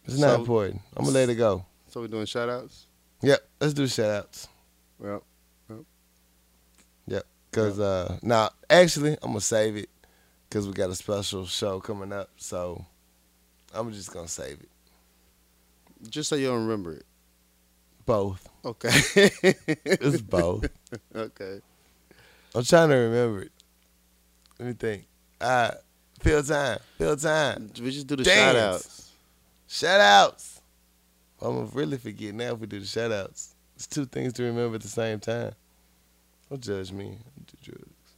It's not
So-
important. I'm gonna let it go.
So we're doing shout outs?
Yep. Let's do shout outs.
Well,
Cause uh now actually I'm gonna save it because we got a special show coming up. So I'm just gonna save it.
just so you don't remember it.
Both.
Okay. [laughs]
It's both.
okay.
I'm trying to remember it. Let me think. Uh feel time. Feel time.
We just do the
Dance.
shout outs.
Shout outs. I'm really forget now if we do the shout outs. It's two things to remember at the same time. Don't judge me. I do drugs.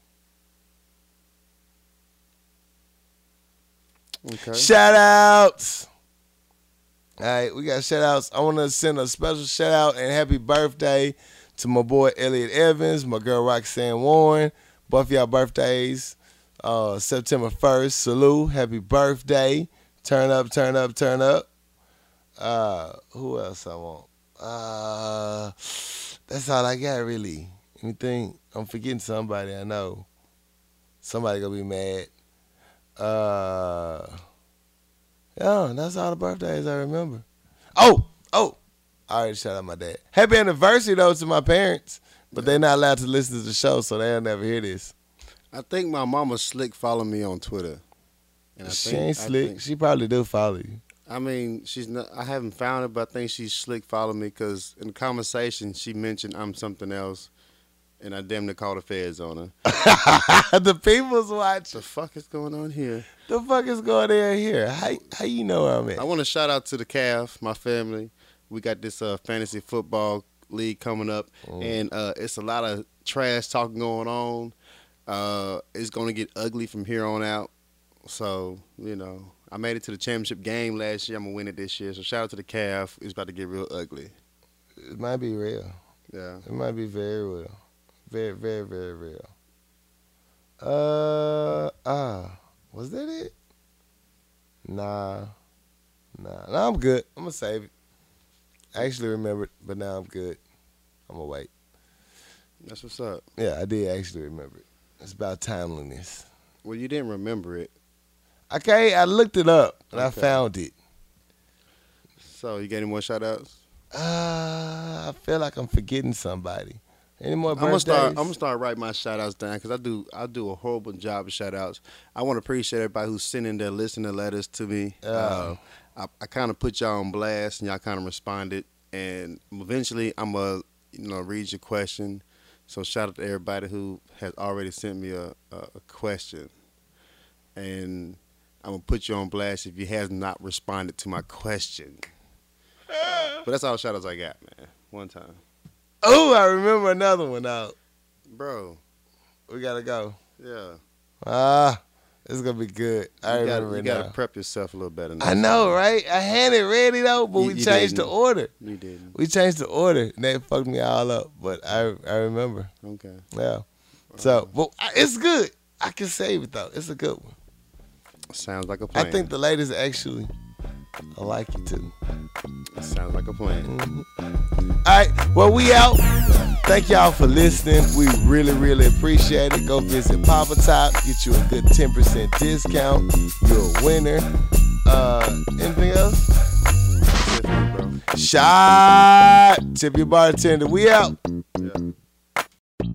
Okay.
Shout outs. All right, we got shout outs. I want to send a special shout out and happy birthday to my boy Elliot Evans, my girl Roxanne Warren. Both of y'all birthdays, uh, September 1st. Salute. Happy birthday. Turn up, turn up, turn up. Uh, who else I want? Uh, that's all I got, really. Anything? I'm forgetting somebody I know. Somebody gonna be mad. Uh, yeah, that's all the birthdays I remember. Oh, oh, I already shout out my dad. Happy anniversary though to my parents, but they're not allowed to listen to the show, so they'll never hear this.
I think my mama slick followed me on Twitter. And I
she
think-
ain't
I
slick.
think-
she probably do follow you. [laughs]
I mean, she's not. I haven't found it, but I think she's slick following me because in conversation she mentioned I'm something else, and I damn near called the feds on her.
the people's watching.
the fuck is going on here?
The fuck is going on here? How how you know I'm at?
I want to shout out to the calf, my family. We got this uh, fantasy football league coming up, and uh, it's a lot of trash talking going on. Uh, it's going to get ugly from here on out. So you know, I made it to the championship game last year. I'm gonna win it this year. So shout out to the calf. It's about to get real ugly.
It might be real.
Yeah.
It might be very real. Very very very real. Uh ah, was that it? Nah, nah. Nah, I'm good. I'm gonna save it. I actually remembered, but now I'm good. I'm gonna wait.
That's what's up.
Yeah, I did actually remember it. It's about timeliness.
Well, you didn't remember it,
Okay, I looked it up and I
Okay.
found it.
so you got any more shout outs?
Uh, I feel like I'm forgetting somebody. Any more
I'm gonna
birthdays?
start. I'm gonna start writing my shout outs down because I do. I do a horrible job of shout outs. I want to appreciate everybody who's sending their listener letters to me.
Yeah.
Uh, I, I kind of put y'all on blast, and y'all kind of responded. And eventually, I'm gonna you know read your question. So shout out to everybody who has already sent me a, a, a question, and I'm gonna put you on blast if you has not responded to my question. but that's all the shout outs I got, man. One time,
Oh, I remember another one out.
bro.
We gotta go.
Yeah.
Ah, it's gonna be good. I
you gotta,
remember
you
it
gotta
now.
prep yourself a little better.
I know, right? I had it ready though, but
You-
we
you
changed the
didn't.
order.
You didn't.
We changed the order, and that fucked me all up. But I, I remember.
Okay.
Yeah. So, but I, it's good. I can save it though. It's a good one.
Sounds like a plan.
I think the ladies actually like it too.
sounds like a plan.
All right, well, we out. Thank y'all for listening. We really, really appreciate it. Go visit Papa Top, get you a good 10% discount. You're a winner. Uh, anything else? Shot! Tip your bartender. We out.
Yeah.